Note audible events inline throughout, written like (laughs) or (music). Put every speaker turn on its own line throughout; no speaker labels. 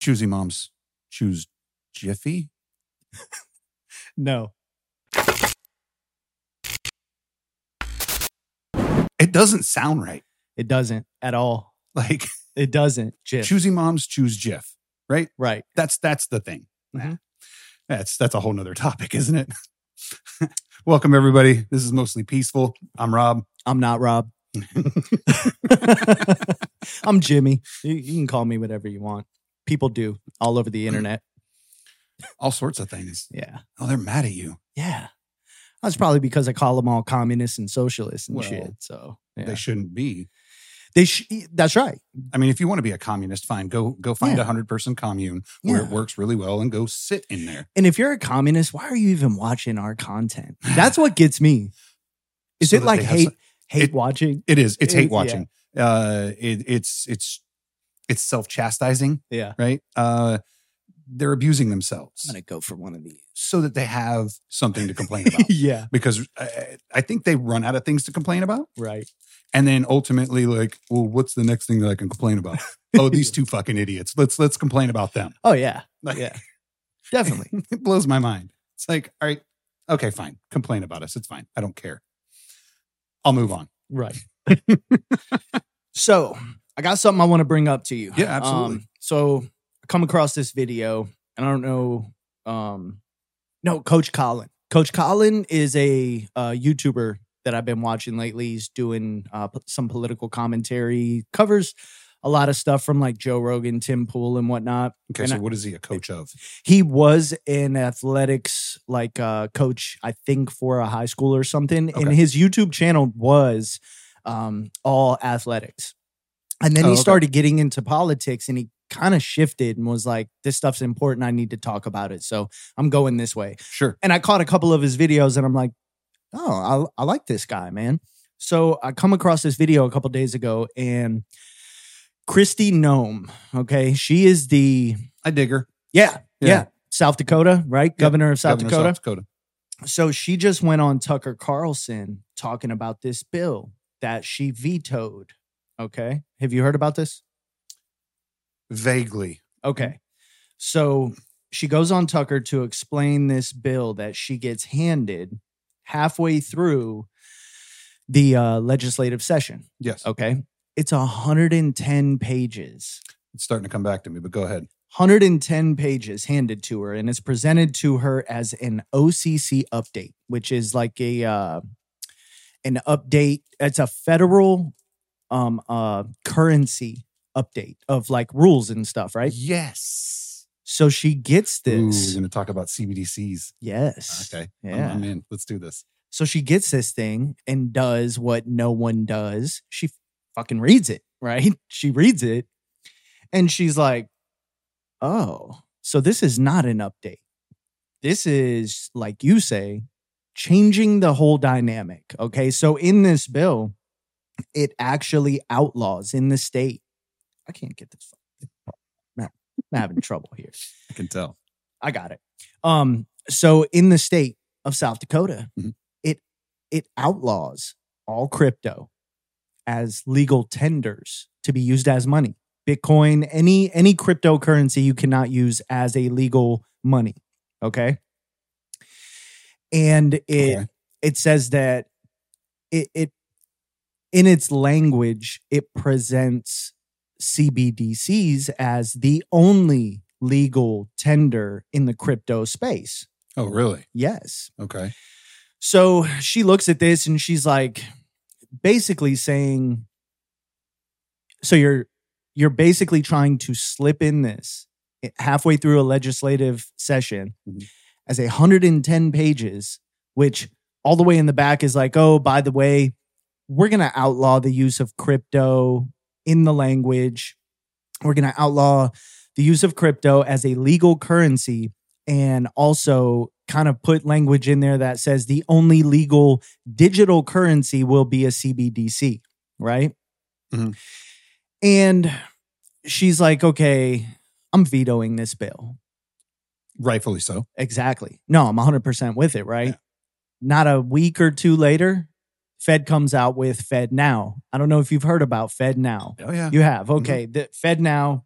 choosy moms choose Jiffy.
No.
It doesn't sound right.
It doesn't at all. (laughs)
Like
It doesn't. Jif.
choosy moms choose Jiff.
right.
That's that's the thing.
Mhm.
That's that's a whole nother topic, isn't it? (laughs) Welcome everybody. This is mostly peaceful. I'm Rob.
I'm not (laughs) Rob. I'm Jimmy. You, you can call me whatever you want. People do all over the internet.
All sorts of things.
Yeah.
Oh, they're mad at you.
Yeah. That's probably because I call them all communists and socialists and
Well,
shit. So yeah.
They shouldn't be.
they sh- that's right.
I mean, if you want to be a communist, fine. Go go find
Yeah.
a hundred person commune where
Yeah.
it works really well and go sit in there.
And if you're a communist, why are you even watching our (laughs) content? That's what gets me. Is
So
it
that
like
they have
hate
some-
hate
it-
watching?
It is. It's
It- yeah.
hate watching. Uh, it, it's it's it's self chastising,
Yeah.
right? Uh, they're abusing themselves
I'm gonna go for one of these.
so that they have something to complain about.
(laughs) yeah.
Because I, I think they run out of things to complain about,
Right.
and then ultimately, like, well, what's the next thing that I can complain
(laughs)
about? oh, these two fucking idiots. Let's let's complain about them. (laughs)
Oh yeah.
Like,
Yeah. Definitely.
it blows my mind. It's like, all right, okay, fine. Complain about us. It's fine. I don't care. I'll move on.
Right. (laughs) so I got something I want to bring up to you. Um,
Yeah, absolutely.
so I come across this video, and I don't know. Um, no, Coach Colin. Coach Colin is a uh, YouTuber that I've been watching lately. He's doing uh, p- some political commentary, covers a lot of stuff from like Joe Rogan, Tim Pool, and whatnot.
Okay,
And
so
I-
what is he a coach of?
He was an athletics like uh, coach, I think, for a high school or something. And
Okay.
his YouTube channel was um, all athletics. And then
Oh,
he
okay.
started getting into politics and he kind of shifted and was like, this stuff's important. I need to talk about it. So I'm going this way.
Sure.
And I caught a couple of his videos and I'm like, oh, I, I like this guy, man. So I come across this video a couple days ago and Christy Nome, okay, she is the
I dig her.
yeah,
Yeah.
yeah. South Dakota, right? Governor of South
Governor of
Dakota.
South Dakota.
So she just went on Tucker Carlson talking about this bill that she vetoed. Okay. Have you heard about this?
Vaguely.
Okay. So she goes on Tucker to explain this bill that she gets handed halfway through the uh, legislative session.
Yes.
Okay. It's 110 pages.
It's starting to come back to me, but go ahead.
110 pages handed to her and it's presented to her as an OCC update, which is like a uh, an update. It's a federal um uh currency update of like rules and stuff, right?
Yes.
So she gets
Ooh, we're
this.
going to talk about CBDCs.
Yes.
Okay. I'm-
Yeah.
I'm in. Let's do this.
So she gets this thing and does what no one does. She fucking reads it, (laughs) right? She reads it and she's like, oh, so this is not an update. This is, like you say, changing the whole dynamic. Okay. So in this bill, it actually outlaws in the state. I can't get this. (laughs) I'm having trouble here.
I can tell.
I got it. Um, so in the state of South Dakota,
Mhm.
it it outlaws all crypto as legal tenders to be used as money. Bitcoin, any any cryptocurrency you cannot use as a legal money. Okay. And it
Okay.
it says that it it in its language, it presents CBDCs as the only legal tender in the crypto space.
Oh, really?
Yes.
Okay.
So she looks at this and she's like basically saying so you're you're basically trying to slip in this eh, halfway through a legislative session
Mhm.
as a 110 pages which all the way in the back is like oh by the way we're going to outlaw the use of crypto in the language we're going to outlaw the use of crypto as a legal currency and also kind of put language in there that says the only legal digital currency will be a CBDC, right?
Mhm.
And she's like, okay, I'm vetoing this bill.
Rightfully so.
Exactly. No, I'm 100% with it, right?
Yeah.
Not a week or two later, Fed comes out with Fed Now. I don't know if you've heard about Fed Now.
Oh, yeah.
You have. Okay. The Fed Now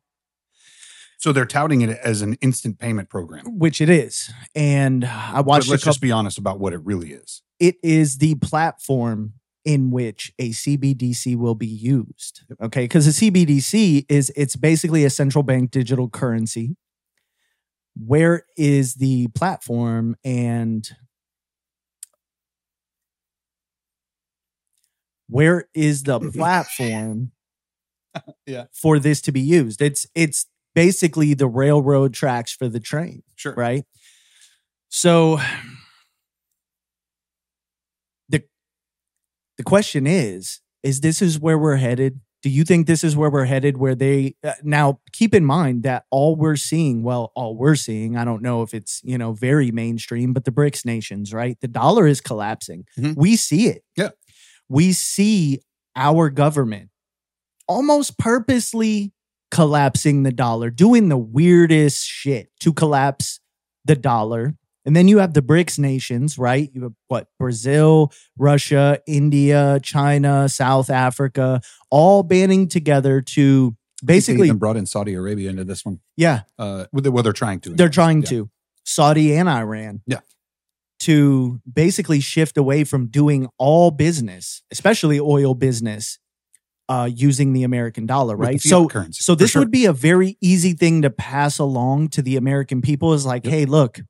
So they're touting it as an instant payment program.
which it is. And uh, I
But
watched a
let's
couple.
just be honest about what it really is.
it is the platform in which a CBDC will be used. Okay, because a CBDC is it's basically a central bank digital currency. Where is the platform and where is the platform
Yeah.
for this to be used? It's it's basically the railroad tracks for the train
Sure.
right? So the the question is is this is where we're headed? Do you think this is where we're headed where they uh, now keep in mind that all we're seeing, well all we're seeing, I don't know if it's, you know, very mainstream, but the BRICS nations, right? The dollar is collapsing.
Mhm.
We see it.
Yeah.
We see our government almost purposely collapsing the dollar, doing the weirdest shit to collapse the dollar. And then you have the BRICS nations, right? You have what? Brazil, Russia, India, China, South Africa, all banding together to basically,
and brought in Saudi Arabia into this one.
yeah,
Uh, with the- well, they're trying to.
they're trying
Yeah.
to, Saudi and Iran.
Yeah.
To basically shift away from doing all business, especially oil business, uh, using the American dollar,
With the
right?
fiat
So
currency,
so
for
this
sure.
would be a very easy thing to pass along to the American people is like,
Yep.
hey, look,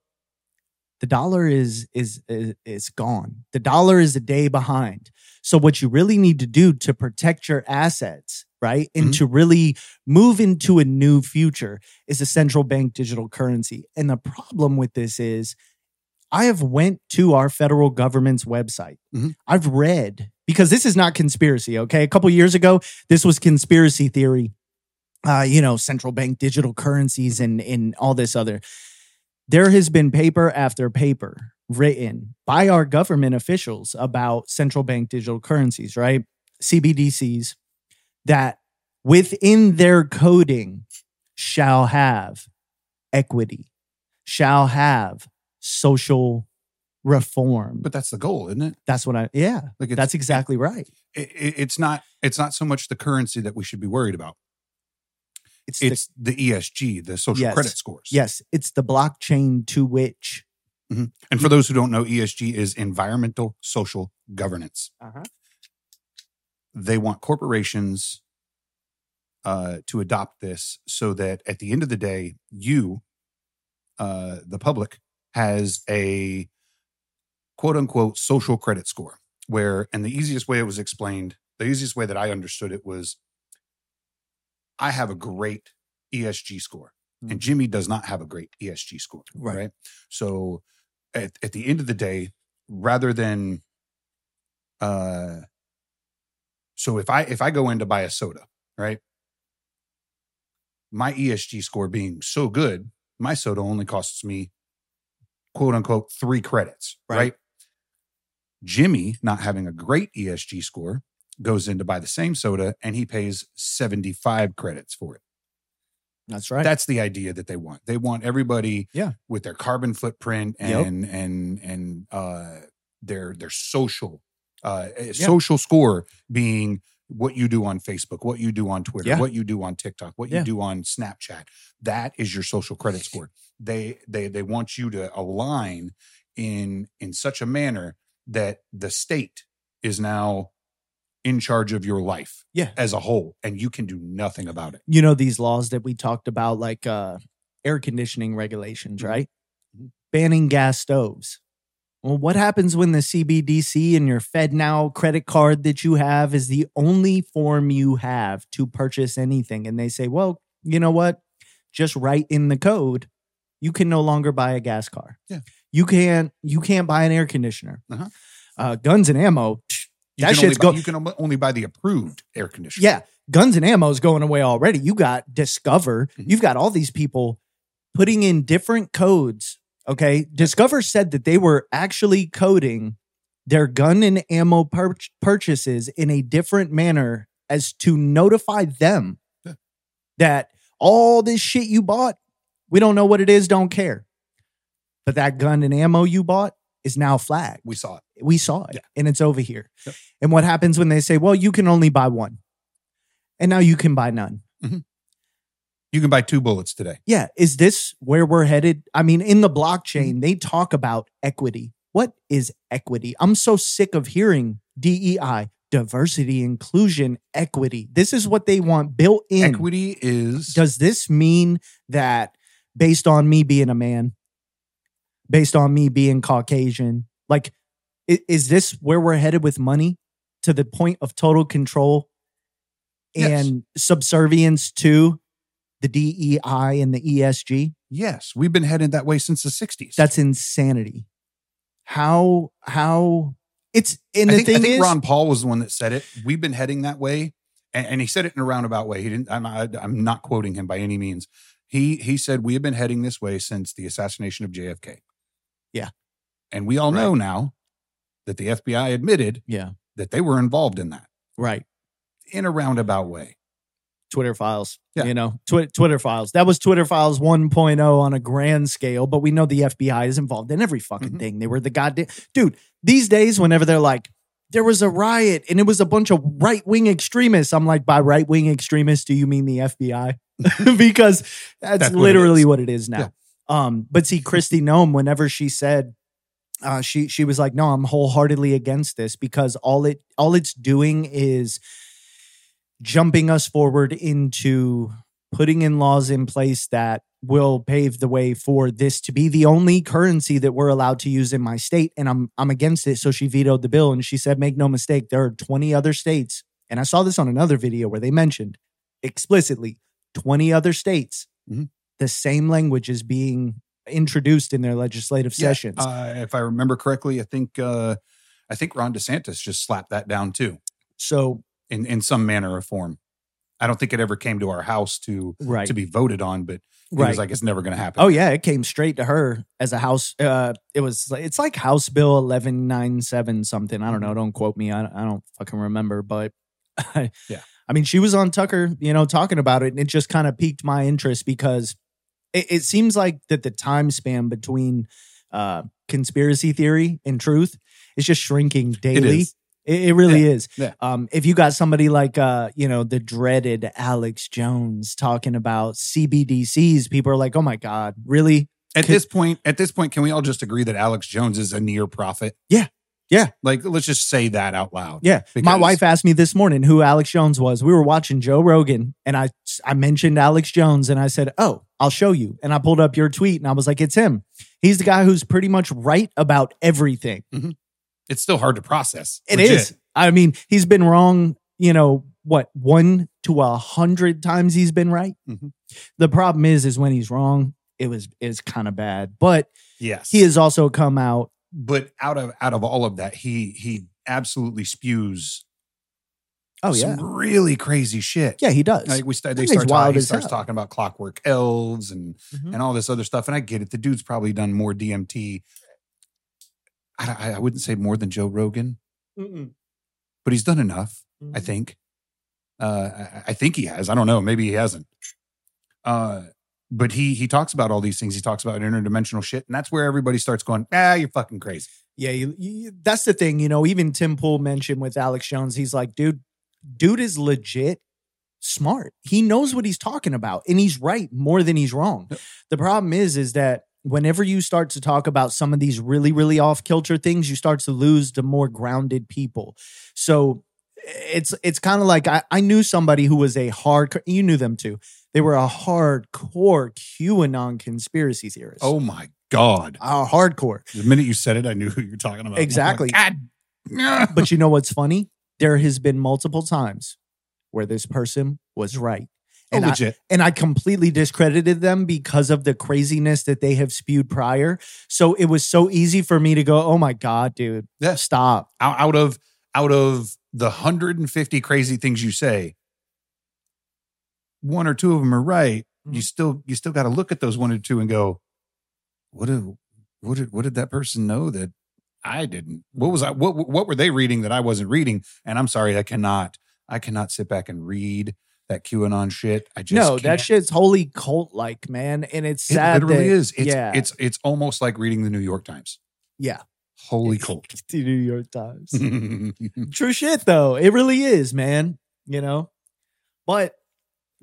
the dollar is, is is is gone. The dollar is a day behind. So what you really need to do to protect your assets, right? And
Mhm.
to really move into a new future is a central bank digital currency. And the problem with this is I have went to our federal government's website.
Mhm.
I've read because this is not conspiracy, okay? A couple years ago, this was conspiracy theory uh, you know, central bank digital currencies and and all this other. There has been paper after paper written by our government officials about central bank digital currencies, right? CBDCs that within their coding shall have equity, shall have social reform.
but that's the goal, isn't it?
that's what I yeah,
Like it's,
that's exactly right.
it, it- it's not it's not so much the currency that we should be worried about.
It's, the
It's the ESG, the social
Yes.
credit scores.
yes, it's the blockchain to which
And for those who don't know, ESG is environmental social governance.
Uh-huh.
They want corporations uh, to adopt this so that at the end of the day, you, uh, the public, has a quote unquote social credit score. Where, and the easiest way it was explained, the easiest way that I understood it was I have a great ESG score, and
Mhm.
Jimmy does not have a great ESG score.
Right.
So at, at the end of the day, rather than uh so if I if I go in to buy a soda, right? My ESG score being so good, my soda only costs me quote unquote three credits,
Right.
right? Jimmy, not having a great ESG score, goes in to buy the same soda and he pays 75 credits for it.
That's right.
That's the idea that they want. They want everybody
Yeah.
with their carbon footprint
Yep.
and and and uh their their social uh social score being what you do on Facebook, what you do on Twitter,
Yeah.
what you do on TikTok, what
Yeah.
you do on Snapchat. That is your social credit score. They they they want you to align in in such a manner that the state is now in charge of your life
Yeah.
as a whole and you can do nothing about it.
you know these laws that we talked about like uh air conditioning regulations
Mhm.
right
Mhm.
banning gas stoves well what happens when the cbdc and your fednow credit card that you have is the only form you have to purchase anything and they say well you know what just write in the code you can no longer buy a gas car
Yeah.
you can't you can't buy an air conditioner
Uh-huh.
Uh, guns and ammo
You
That
can only
shit's
buy-
go-
You can om- only buy the approved air conditioner.
Yeah, guns and ammo is going away already. You got Discover.
Mhm.
You've got all these people putting in different codes. Okay, Discover said that they were actually coding their gun and ammo pur- purchases in a different manner as to notify them
Yeah.
that all this shit you bought, we don't know what it is, don't care. But that gun and ammo you bought is now flagged
we saw it.
we saw it
Yeah.
and it's over here.
Yep.
And what happens when they say, well, you can only buy one and now you can buy none?
Mhm. You can buy two bullets today.
Yeah. Is this where we're headed? I mean, in the
Mm-hmm.
blockchain, they talk about equity. What is equity? I'm so sick of hearing DEI, diversity, inclusion, equity. This is what they want built in.
Equity is
Does this mean that based on me being a man, based on me being Caucasian, like, i- is this where we're headed with money to the point of total control
Yes.
and subservience to the DEI and the ESG?
yes. We've been headed that way since the '60s.
That's insanity. How, how, it's, and
I
the
think,
thing
I think
is,
Ron Paul was the one that said it. We've been heading that way, and, and he said it in a roundabout way. He didn't. I'm, I, I'm not quoting him by any means. He he said we have been heading this way since the assassination of JFK.
Yeah.
and we all know now that the FBI admitted
yeah,
that they were involved in that
right.
in a roundabout way.
Twitter files.
Yeah.
You know, Twi- Twitter files. That was Twitter files 1.0 on a grand scale, but we know the FBI is involved in every fucking
Mhm.
thing. They were the goddamn dude. These days, whenever they're like, there was a riot and it was a bunch of right wing extremists, I'm like, by right wing extremists, do you mean the FBI? (laughs) because that's,
That's what it
literally
is.
what it is now. Um, but see, Christy Nome, whenever she said, uh, she she was like, "No, I'm wholeheartedly against this because all it all it's doing is jumping us forward into putting in laws in place that will pave the way for this to be the only currency that we're allowed to use in my state and I'm I'm against it so she vetoed the bill and she said make no mistake there are 20 other states and I saw this on another video where they mentioned explicitly 20 other states
Mhm.
the same language is being introduced in their legislative
Yeah,
sessions
Uh, if I remember correctly, I think uh, I think Ron DeSantis just slapped that down too
so
in in some manner or form. I don't think it ever came to our house to
right
to be voted on, but he
right
was like, it's never going to happen.
Oh yeah, it came straight to her as a house. Uh, it was like- it's like House Bill eleven nine seven something. I don't know. Don't quote me. I, I don't fucking remember. But (laughs)
Yeah.
I mean, she was on Tucker, you know, talking about it, and it just kind of piqued my interest because it, it seems like that the time span between uh, conspiracy theory and truth is just shrinking daily.
is.
It, it really is.
Yeah.
Um, if you got somebody like, uh, you know, the dreaded Alex Jones talking about CBDCs, people are like, oh my God, really?
At
Could-
this point, at this point, can we all just agree that Alex Jones is a near profit?
Yeah. Yeah.
Like, let's just say that out loud.
Yeah. my
Because-
wife asked me this morning who Alex Jones was. We were watching Joe Rogan and I, I mentioned Alex Jones and I said, oh, I'll show you. And I pulled up your tweet and I was like, it's him. He's the guy who's pretty much right about everything.
It's still hard to process.
It is.
Legit.
I mean, he's been wrong, you know, what, one to a hundred times he's been right.
Mhm.
The problem is, is when he's wrong, it was is kind of bad. But
Yes.
he has also come out.
But out of out of all of that, he he absolutely spews
Oh yeah.
some really crazy shit.
yeah, he does.
Like we start, they
That
start
thing's
talking,
wild
he
as
starts
hell.
talking about clockwork elves and
Mhm.
and all this other stuff. And I get it. The dude's probably done more DMT. I, don't- I I wouldn't say more than Joe Rogan, but he's done enough. I
Mm-hmm.
think. Uh, I, I think he has. I don't know. Maybe he hasn't. Uh, but he he talks about all these things. He talks about interdimensional shit, and that's where everybody starts going. Ah, you're fucking crazy.
Yeah, you, you, that's the thing. You know, even Tim Pool mentioned with Alex Jones, he's like, dude, dude is legit smart. He knows what he's talking about, and he's right more than he's wrong.
Yep.
The problem is, is that whenever you start to talk about some of these really, really off kilter things, you start to lose the more grounded people. So it's it's kind of like I, I knew somebody who was a hard. You knew them too. They were a hardcore QAnon conspiracy theorist.
Oh my god!
Uh, hardcore.
The minute you said it, I knew who you were talking about.
Exactly.
I'm like, (laughs) god.
But you know what's funny? There has been multiple times where this person was right.
Oh,
And I,
legit.
and I completely discredited them because of the craziness that they have spewed prior. So it was so easy for me to go, oh my God, dude,
Yes.
stop.
out, out of out of the 150 crazy things you say one or two of them are right you
Mhm.
still you still got to look at those one or two and go what did what did what did that person know that i didn't what was i what what were they reading that i wasn't reading and i'm sorry i cannot i cannot sit back and read that qanon shit i just
no,
can't.
that shit's wholly cult like, man. And it's
it
sad.
literally
that-
is it's,
yeah.
it's it's almost like reading the new york times
Yeah. (laughs)
holy (laughs) cult
The New York Times.
yeah
True shit, though. It really is, man. You know? But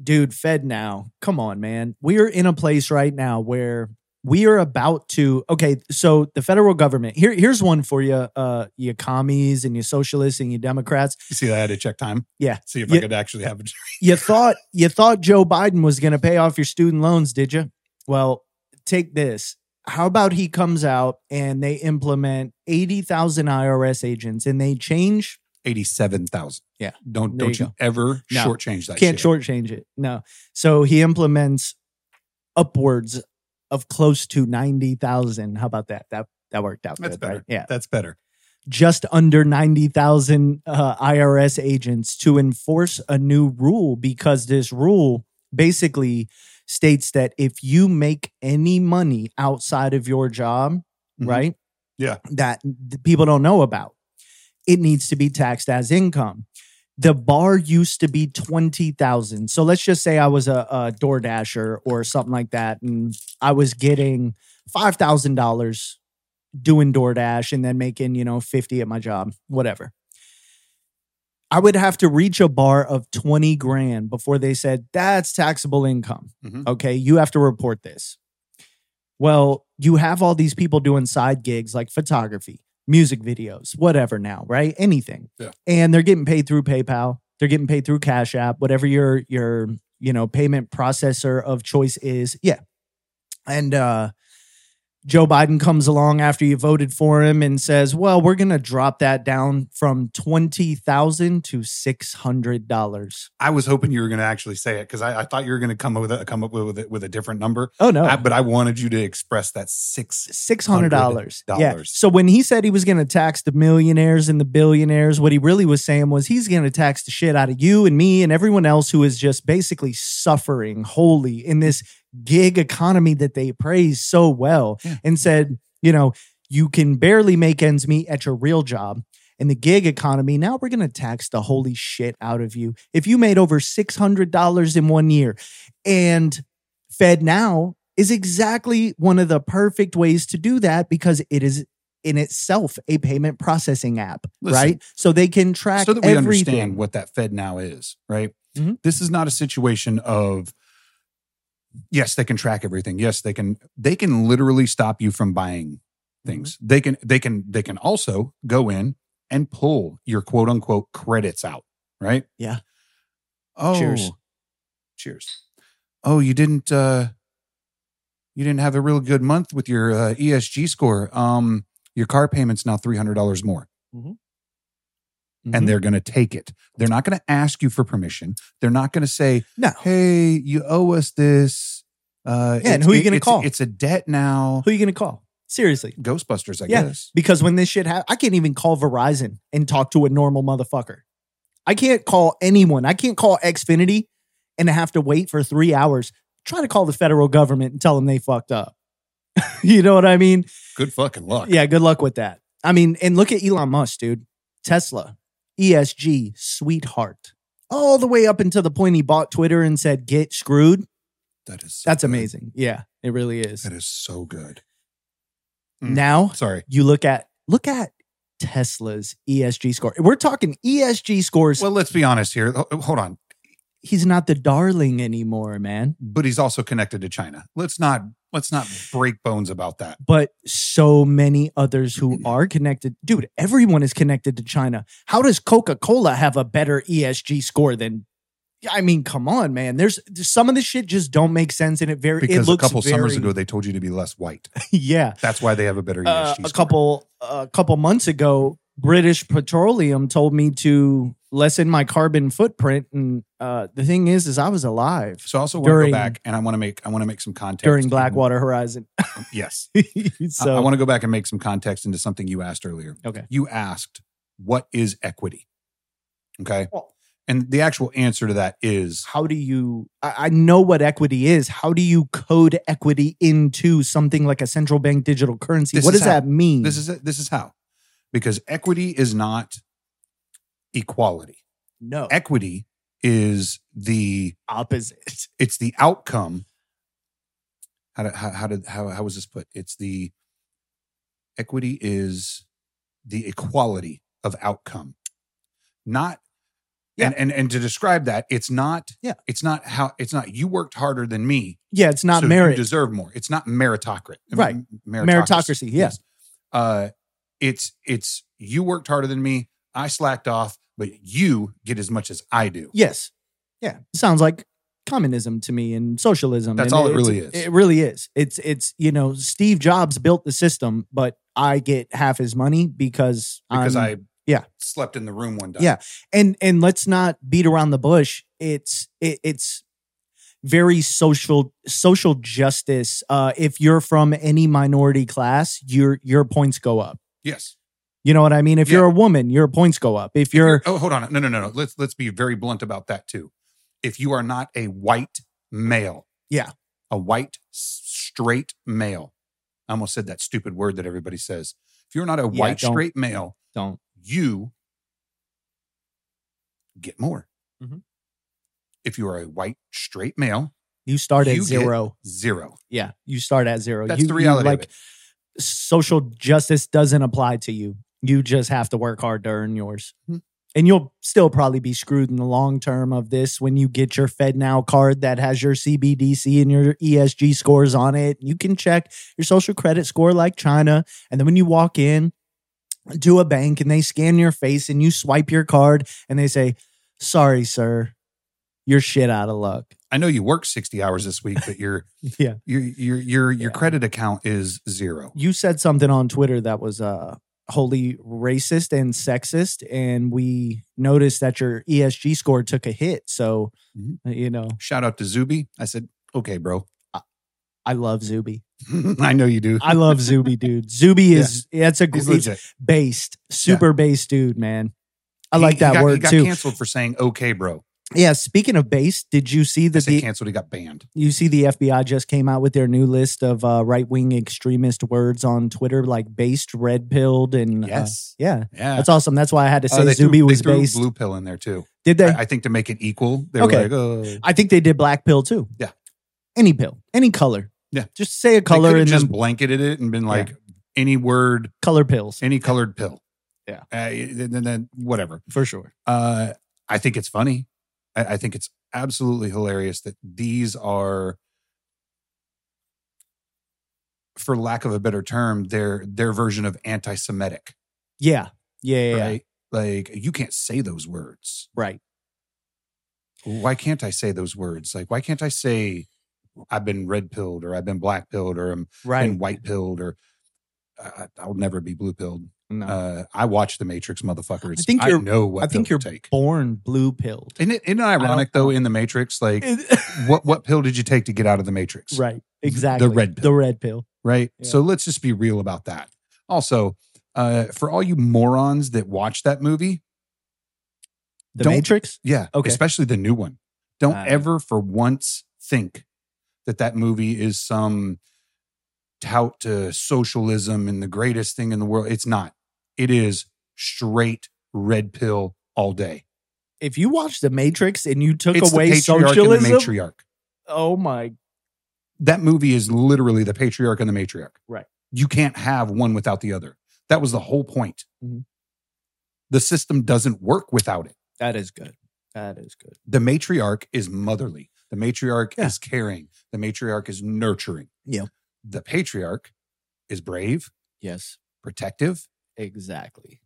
dude, Fed now. Come on, man. We are in a place right now where we are about to okay, so the federal government. Here here's one for you, uh, you commies and you socialists and you Democrats.
You see, I had to check time.
Yeah.
See if I
Yeah.
could actually have a
You thought you thought Joe Biden was going to pay off your student loans, did you? Well, take this. How about he comes out and they implement 80,000 IRS agents and they change
87,000.
Yeah.
Don't,
There
don't
you
you, ever
No.
shortchange that
can't
shit.
shortchange it. No. So he implements upwards of close to 90,000. How about that? That that worked out
That's
good,
better.
right? Yeah.
That's better.
Just under 90,000 uh, IRS agents to enforce a new rule because this rule basically states that if you make any money outside of your job,
Mhm.
right?
Yeah.
That th- people don't know about. It needs to be taxed as income. The bar used to be 20,000. So let's just say I was a, a DoorDasher or something like that, and I was getting $5,000 doing DoorDash and then making, you know, 50 at my job, whatever. I would have to reach a bar of 20 grand before they said that's taxable income.
Mhm.
Okay, you have to report this. Well, you have all these people doing side gigs like photography, music videos, whatever now, right? Anything.
Yeah.
And they're getting paid through PayPal, they're getting paid through Cash App, whatever your your, you know, payment processor of choice is. Yeah. And uh Joe Biden comes along after you voted for him and says, "Well, we're going to drop that down from 20,000 to $600."
I was hoping you were going to actually say it because I, I thought you were going to come up with a, come up with a, with a different number.
Oh no.
I- but I wanted you to express that six.
six hundred dollars. Yeah.
$600.
So when he said he was going to tax the millionaires and the billionaires, what he really was saying was he's going to tax the shit out of you and me and everyone else who is just basically suffering wholly in this gig economy that they praise so well,
Yeah.
and said, you know, you can barely make ends meet at your real job. In the gig economy, now we're going to tax the holy shit out of you. If you made over $600 in one year and Fed now is exactly one of the perfect ways to do that because it is in itself a payment processing app,
Listen.
right? So they can track
so that we
everything.
understand what that Fed now is, right?
Mhm.
This is not a situation of yes, they can track everything. Yes, they can they can literally stop you from buying things.
Mm-hmm.
They can they can they can also go in and pull your quote unquote credits out, right?
Yeah.
Oh.
Cheers.
Cheers. Oh, you didn't uh you didn't have a real good month with your uh, ESG score. Um your car payment's now $300 more
Mm-hmm.
and they're going to take it. They're not going to ask you for permission. They're not going to say,
no.
"Hey, you owe us this." Uh,
Yeah, and
it's-
who are you
it-
gonna
it's-
call?
It's a debt now.
Who are you gonna call? Seriously.
Ghostbusters, I
Yeah.
guess.
Because when this shit happens, I can't even call Verizon and talk to a normal motherfucker. I can't call anyone. I can't call Xfinity and have to wait for three hours. Try to call the federal government and tell them they fucked up. (laughs) you know what I mean?
Good fucking luck.
Yeah, good luck with that. I mean, and look at Elon Musk, dude. Tesla, ESG, sweetheart. All the way up until the point he bought Twitter and said, get screwed.
that is so
That's
good.
amazing. Yeah, it really is.
That is so good. Mm.
Now
Sorry.
you look at look at Tesla's ESG score. We're talking ESG scores.
Well, let's be honest here. Ho- Hold on,
He's not the darling anymore, man.
but he's also connected to China. Let's not let's not break bones about that.
But so many others who
Mm.
are connected. Dude, everyone is connected to China. How does Coca-Cola have a better ESG score than I mean, come on, man. There's some of this shit just don't make sense and it very
Because
it
a
looks
couple
very,
summers ago, they told you to be less white.
(laughs) yeah.
That's why they have a better E ESG
(laughs) Uh,
score.
a couple a couple months ago, British Petroleum told me to lessen my carbon footprint, and uh, the thing is, is I was alive
So I also want to
during-
go back and I want to make I want to make some context
during Blackwater Horizon. (laughs)
Yes. I-
so
I, want to go back and make some context into something you asked earlier.
Okay.
You asked, what is equity? Okay.
Well-
and the actual answer to that is
how do you? I, I know what equity is. How do you code equity into something like a central bank digital currency?
This
what
is
does
how-
that mean?
this is this is how. Because equity is not equality.
no
Equity is the
opposite.
it's the outcome. How did how, how did how how was this put? It's the equity is the equality of outcome, not And, and and to describe that, it's not
Yeah.
it's not how it's not you worked harder than me.
(laughs) Yeah, it's not
so
merit.
You deserve more. It's not meritocracy.
Right. Meritocracy, yes.
Uh, it's it's you worked harder than me. I slacked off, but you get as much as I do.
yes. Yeah. Sounds like communism to me and socialism.
That's
and
all it
it's-
really is.
It really is. It's it's you know, Steve Jobs built the system, but I get half his money because
Because
I'm,
i
yeah.
slept in the room one night.
Yeah. and and let's not beat around the bush it's it, it's very social social justice uh if you're from any minority class your your points go up
Yes.
you know what i mean if
Yeah.
you're a woman your points go up if you're
Oh, hold on. No, no, no, no. Let's let's be very blunt about that too. If you are not a white male,
Yeah.
a white s- straight male. I almost said that stupid word that everybody says. If you're not a white
don't-
straight male,
don't
you get more.
Mhm.
If you are a white straight male,
you start at
You get-
zero
zero.
yeah you start at zero
That's
you,
the
you,
reality.
like
of it.
social justice doesn't apply to you you just have to work hard to earn yours
Hmm.
and you'll still probably be screwed in the long term of this when you get your Fed Now card that has your CBDC and your ESG scores on it. You can check your social credit score like China. And then when you walk in to a bank and they scan your face and you swipe your card and they say, Sorry, sir, you're shit out of luck.
I know you worked 60 hours this week, but your
(laughs) Yeah.
your your your, your
Yeah.
credit account is zero.
you said something on Twitter that was uh wholly racist and sexist, and we noticed that your ESG score took a hit. So uh,
Mhm.
you know,
Shout out to Zuby. I said, okay, bro.
I love Zuby.
(laughs) I know you do.
I love Zuby, dude. Zuby is that's a
He's
great
legit.
based, super based dude, man. I like
He-
that
he got,
word
He got
too.
canceled for saying "okay, bro."
Yeah. Speaking of base, did you see
I
that
say
the
canceled. He got banned.
you see the FBI just came out with their new list of uh, right wing extremist words on Twitter, like based, red pilled, and uh,
Yes.
yeah,
yeah.
that's awesome. That's why I had to
Uh,
say
they threw-
Zuby
they
was
threw
based.
Blue pill in there too.
Did they?
I,
I,
I think to make it equal, they
Okay.
were like, "Oh,
think they did black pill too.
Yeah.
Any pill, any color.
Yeah.
Just say a color
and
and
just
then
blanketed it and been like any word,
color pills
any colored pill."
Yeah.
Uh, and then, then whatever.
for sure.
Uh, I think it's funny. I, I think it's absolutely hilarious that these are, for lack of a better term, their their version of anti-Semitic.
Yeah. Yeah. Yeah. yeah. Right.
right? Like you can't say those words. Why can't I say those words? Like why can't I say I've been red pilled or I've been black pilled or I'm
Right.
been white pilled or I, I'll never be blue pilled.
No.
Uh, I watch the Matrix, motherfuckers.
I think
I
you're-
know what
I think
pill
you're
to take.
born blue pilled.
Isn't it, isn't it ironic though? In the Matrix, like
(laughs)
what what pill did you take to get out of the Matrix?
right. Exactly.
red pill.
The red pill.
right?
Yeah.
So let's just be real about that. Also, uh, for all you morons that watch that movie,
The
Don't-
Matrix.
Yeah.
Okay.
Especially the new one. Don't
Ah.
ever for once think that that movie is some tout to socialism and the greatest thing in the world. It's not. It is straight red pill all day.
If you watch The Matrix and you took
It's the
away
patriarch and the
socialism,
matriarch.
oh my,
That movie is literally the patriarch and the matriarch.
Right.
You can't have one without the other. That was the whole point.
Mhm.
The system doesn't work without it.
that is good. That is good.
The matriarch is motherly. The matriarch
Yeah.
is caring. The matriarch is nurturing.
Yeah.
The patriarch is brave,
Yes.
protective.
Exactly.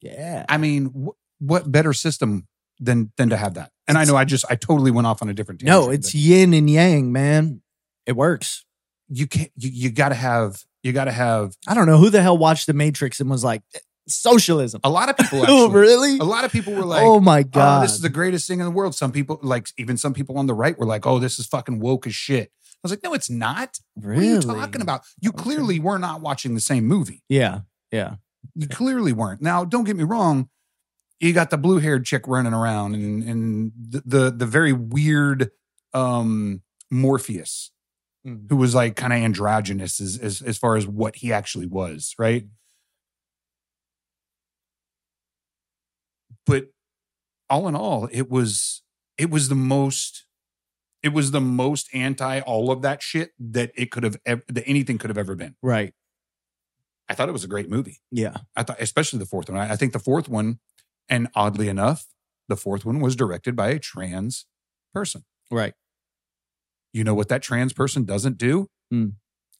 Yeah.
I mean, wh- what better system than than to have that? And I
It's-
know I just I totally went off on a different tangent.
No, it's
but
yin and yang, man. It works.
you can't. You, you got to have. You got to have.
I don't know who the hell watched The Matrix and was like, "Eh, socialism.
A
(laughs)
lot of people. (laughs)
oh,
Actually,
really?
a lot of people were like.
oh my
Oh,
god!
this is the greatest thing in the world. Some people, like even some people on the right, were like, "Oh, this is fucking woke as shit." I was like, "No, it's not.
really?
What are you talking about? You
Okay.
clearly were not watching the same movie.
Yeah, yeah.
You clearly weren't. Now, don't get me wrong. You got the blue haired chick running around and and the the, the very weird um, Morpheus,
Mhm.
who was like kind of androgynous as, as as far as what he actually was, right? But all in all, it was it was the most it was the most anti all of that shit that it could have ev- that anything could have ever been.
Right.
I thought it was a great movie.
Yeah.
I thought, especially the fourth one. I, I think the fourth one, and oddly enough, The fourth one was directed by a trans person.
Right.
You know what that trans person doesn't do?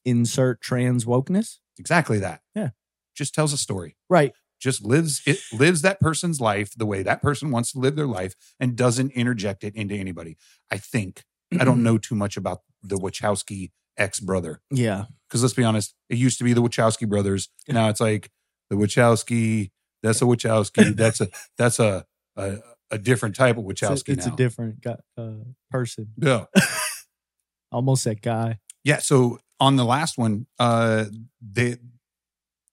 Insert trans wokeness.
Exactly that.
Yeah.
Just tells a story.
Right.
Just lives it lives that person's life the way that person wants to live their life and doesn't interject it into anybody. I think. I
Mm-hmm.
don't know too much about the Wachowski ex brother.
(clears throat) Yeah.
Because let's be honest, it used to be the Wachowski brothers. Now it's like the Wachowski, that's a
(laughs)
Wachowski, that's a that's a a, a different type of Wachowski
it's a, it's a
now.
different guy, uh, person.
yeah.
Almost that guy.
Yeah. So on the last one, uh, the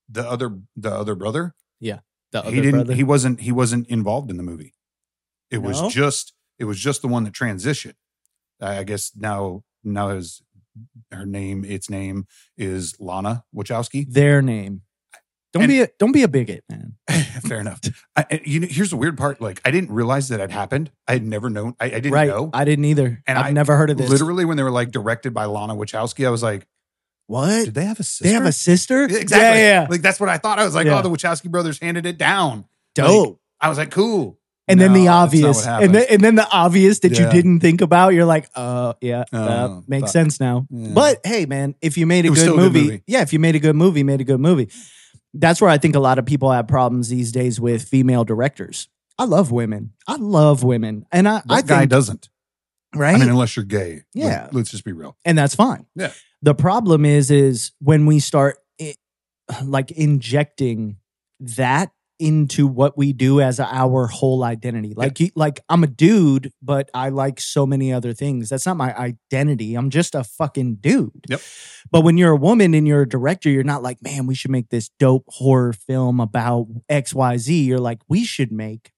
the other the other brother,
The
he
other
didn't
brother.
he wasn't he wasn't involved in the movie. It
No?
was just it was just the one that transitioned. I I guess now now his her name its name is Lana Wachowski.
Their name. Don't
And-
be a don't be a bigot, man.
(laughs) Fair enough. I, I- you know, here's the weird part. Like I didn't realize that had happened. I had never known. I, I didn't
right.
know.
I didn't either.
And
I've
I
never heard of this.
Literally, when they were like directed by Lana Wachowski, I was like,
what?
"Did they have a sister? (laughs)
They have a sister?
Yeah, Exactly.
Yeah, yeah.
Like that's what I thought. I was like,
Yeah.
oh, the Wachowski brothers handed it down.
Dope.
I was like, cool.
and then
No,
the
that's not
obvious,
what
and then,
happened.
and then the obvious that you
Yeah.
didn't think about, you're like, oh yeah,
Oh,
uh, makes
fuck.
sense now.
Yeah.
But hey, man, if you made a,
It was
good
still a good
movie,
movie.
yeah, if you made a good movie, made a good movie. That's where I think a lot of people have problems these days with female directors. I love women. I love women, and I,
What
I
guy
think
doesn't?
right,
I mean, unless you're gay.
Yeah.
Let, us just be real.
and that's fine.
Yeah.
The problem is, is when we start i like injecting that into what we do as our whole identity. Like, you, like I'm a dude, but I like so many other things. That's not my identity. I'm just a fucking dude.
Yep.
But when you're a woman and you're a director, you're not like, man, we should make this dope horror film about X, Y, Z. You're like, we should make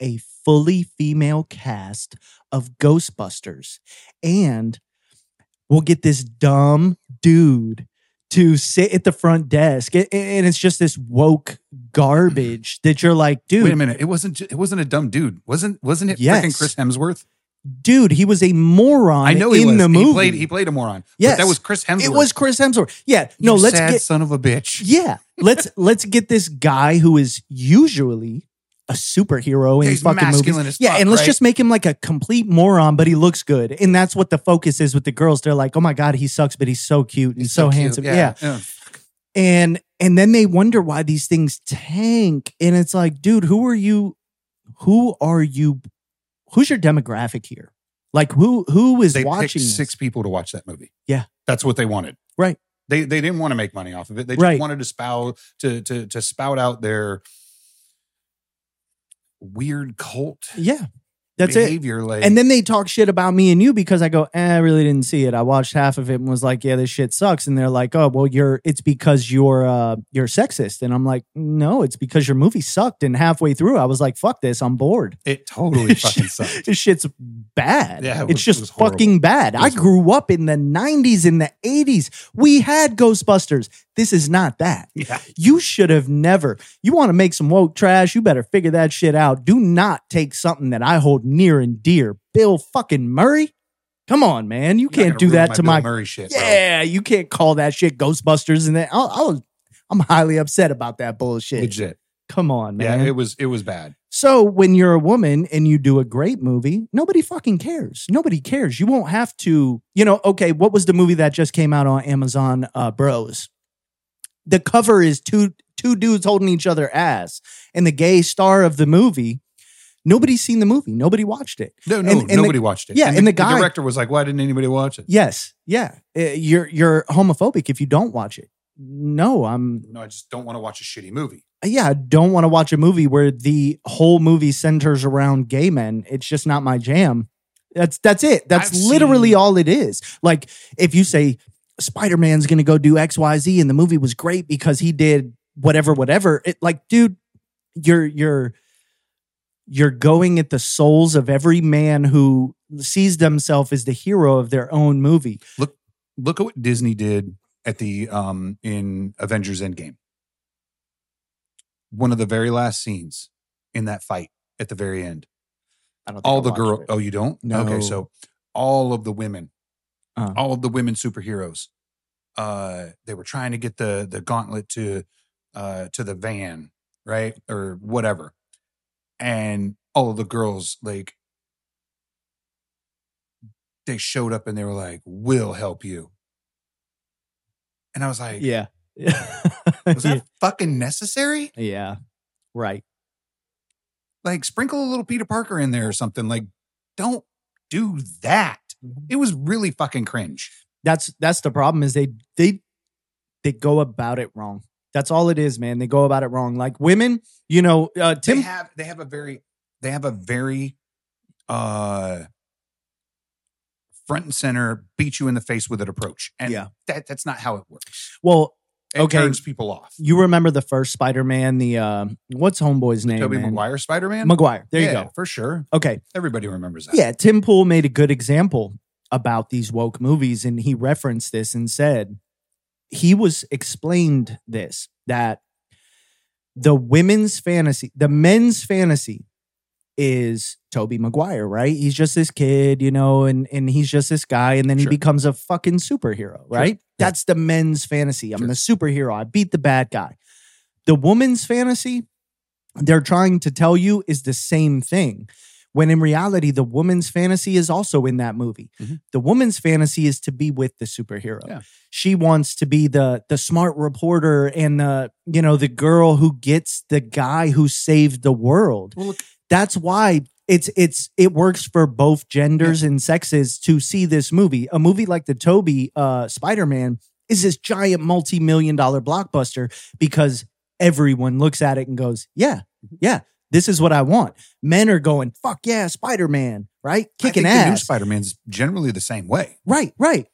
a fully female cast of Ghostbusters, and we'll get this dumb dude to sit at the front desk, A- a- and it's just this woke garbage that you're like, dude,
Mm-hmm. Wait a minute. It wasn't. ju- It wasn't a dumb dude. Wasn't. Wasn't it?
Yes.
Freaking Chris Hemsworth.
dude, he was a moron.
I know
in
he was.
the movie.
He played. He played a moron. But
Yes.
that was Chris Hemsworth.
it was Chris Hemsworth. Yeah, no,
You
let's
sad
get
son of a bitch.
yeah,
(laughs)
let's let's get this guy who is usually a superhero in
He's
fucking movies.
masculine as
Yeah,
fuck,
and let's
right?
just make him like a complete moron, but he looks good, and that's what the focus is with the girls. They're like, "Oh my god, he sucks, but he's so cute and
He's
so,
cute.
handsome." yeah,
yeah.
and and then they wonder why these things tank and it's like dude who are you who are you who's your demographic here like who who is
They
watching
picked
this?
six people to watch that movie.
Yeah.
that's what they wanted.
Right.
They they didn't want to make money off of it. They just
Right.
wanted to spout to to to spout out their weird cult
yeah that's it
behavior. Like,
and then they talk shit about me and you because I go, eh, I really didn't see it. I watched half of it and was like, yeah, this shit sucks. And they're like, oh, well, you're it's because you're uh you're sexist. And I'm like, no, it's because your movie sucked. And halfway through, I was like, fuck this, I'm bored.
it
(laughs)
totally fucking sucked.
This shit's bad.
Yeah, it
it's
was-
just
it was horrible.
fucking bad.
It
I
was
grew up in the 90s, in the 80s. We had Ghostbusters. This is not that.
Yeah.
You should have never. You want to make some woke trash? You better figure that shit out. Do not take something that I hold near and dear. Bill fucking Murray? Come on, man. You can't do that to my.
Bill Murray shit. bro.
yeah, you can't call that shit Ghostbusters and that. I'll, I'll, I'm highly upset about that bullshit.
Legit.
Come on, man.
Yeah, it was it was bad.
So when you're a woman and you do a great movie, nobody fucking cares. Nobody cares. You won't have to, you know, okay, what was the movie that just came out on Amazon uh Bros? The cover is two two dudes holding each other ass and the gay star of the movie. Nobody's seen the movie. Nobody watched it.
No, no,
And- and the-
nobody watched it.
yeah, and the guy-
director was like, "Why didn't anybody watch it?"
Yes. Yeah. Uh, You're you're homophobic if you don't watch it. No, I'm
No, I just don't want to watch a shitty movie.
yeah, I don't want to watch a movie where the whole movie centers around gay men. It's just not my jam. That's that's it. That's
I've
literally
seen-
all it is. Like if you say Spider-Man's going to go do XYZ and the movie was great because he did whatever whatever. It like dude, you're you're you're going at the souls of every man who sees themselves as the hero of their own movie.
Look at what Disney did at the um in Avengers Endgame. One of the very last scenes in that fight at the very end.
I don't think
all
I
the
watched
girl
it.
oh you don't
No.
okay so all of the women
Uh.
all of the women superheroes uh they were trying to get the the gauntlet to uh to the van right or whatever and all of the girls like they showed up and they were like, "We'll help you," and I was like,
Yeah. (laughs)
"Was that fucking necessary?"
yeah. Right.
Like, sprinkle a little Peter Parker in there or something. Like, don't do that. It was really fucking cringe.
That's that's the problem is they they they go about it wrong. That's all it is, man. They go about it wrong. Like women, you know, uh Tim
they have they have a very they have a very uh front and center beat you in the face with it approach and
Yeah.
that that's not how it works
well,
it
Okay.
turns people off
you remember the first Spider-Man, the uh what's homeboy's name?
toby
man?
mcguire spider-man
Maguire. There
Yeah,
you go.
for sure
Okay.
everybody remembers that
Yeah, Tim Pool made a good example about these woke movies, and he referenced this and said he was explained this that the women's fantasy, the men's fantasy is Toby Maguire, right? He's just this kid, you know, and and he's just this guy, and then he
Sure.
becomes a fucking superhero, right? That's the men's fantasy. I'm
Sure.
the superhero. I beat the bad guy. The woman's fantasy, they're trying to tell you, is the same thing. When in reality, the woman's fantasy is also in that movie.
Mhm.
The woman's fantasy is to be with the superhero.
Yeah.
She wants to be the the smart reporter and the you know the girl who gets the guy who saved the world.
Well, look-
That's why it's it's it works for both genders and sexes to see this movie. A movie like the Toby uh, Spider Man is this giant multi million dollar blockbuster because everyone looks at it and goes, yeah,
Mm-hmm.
yeah, this is what I want. Men are going, fuck yeah, Spider Man, right?
I
Kicking
think the new
ass,
spider-man's generally the same way
right, right.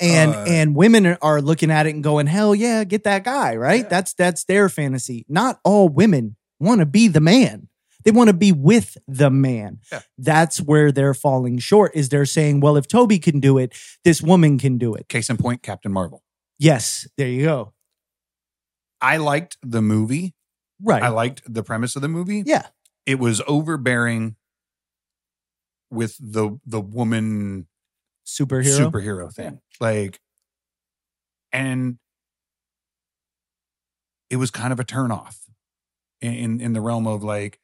And
Uh,
and women are- are looking at it and going, hell yeah, get that guy, right?
Yeah.
That's that's their fantasy. Not all women want to be the man. They want to be with the man.
Yeah.
That's where they're falling short. Is they're saying, well, if Toby can do it, this woman can do it.
case in point captain marvel
Yes, there you go.
i liked the movie
Right.
i liked the premise of the movie
Yeah.
it was overbearing with the the woman
Superhero.
superhero thing. Like, and it was kind of a turnoff in, in in the realm of like,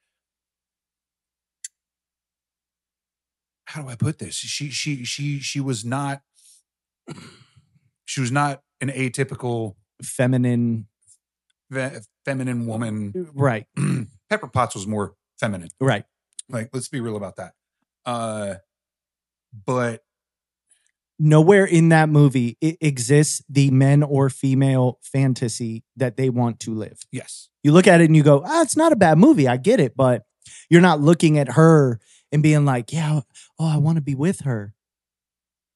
how do I put this? She she she she was not she was not an atypical
Feminine.
fe- feminine woman. (clears throat)
Right.
Pepper Potts was more feminine.
Right.
Like, let's be real about that. Uh, but
Nowhere in that movie it exists the men or female fantasy that they want to live.
yes,
You look at it and you go, ah, it's not a bad movie. I get it. But you're not looking at her and being like, yeah, oh, I want to be with her.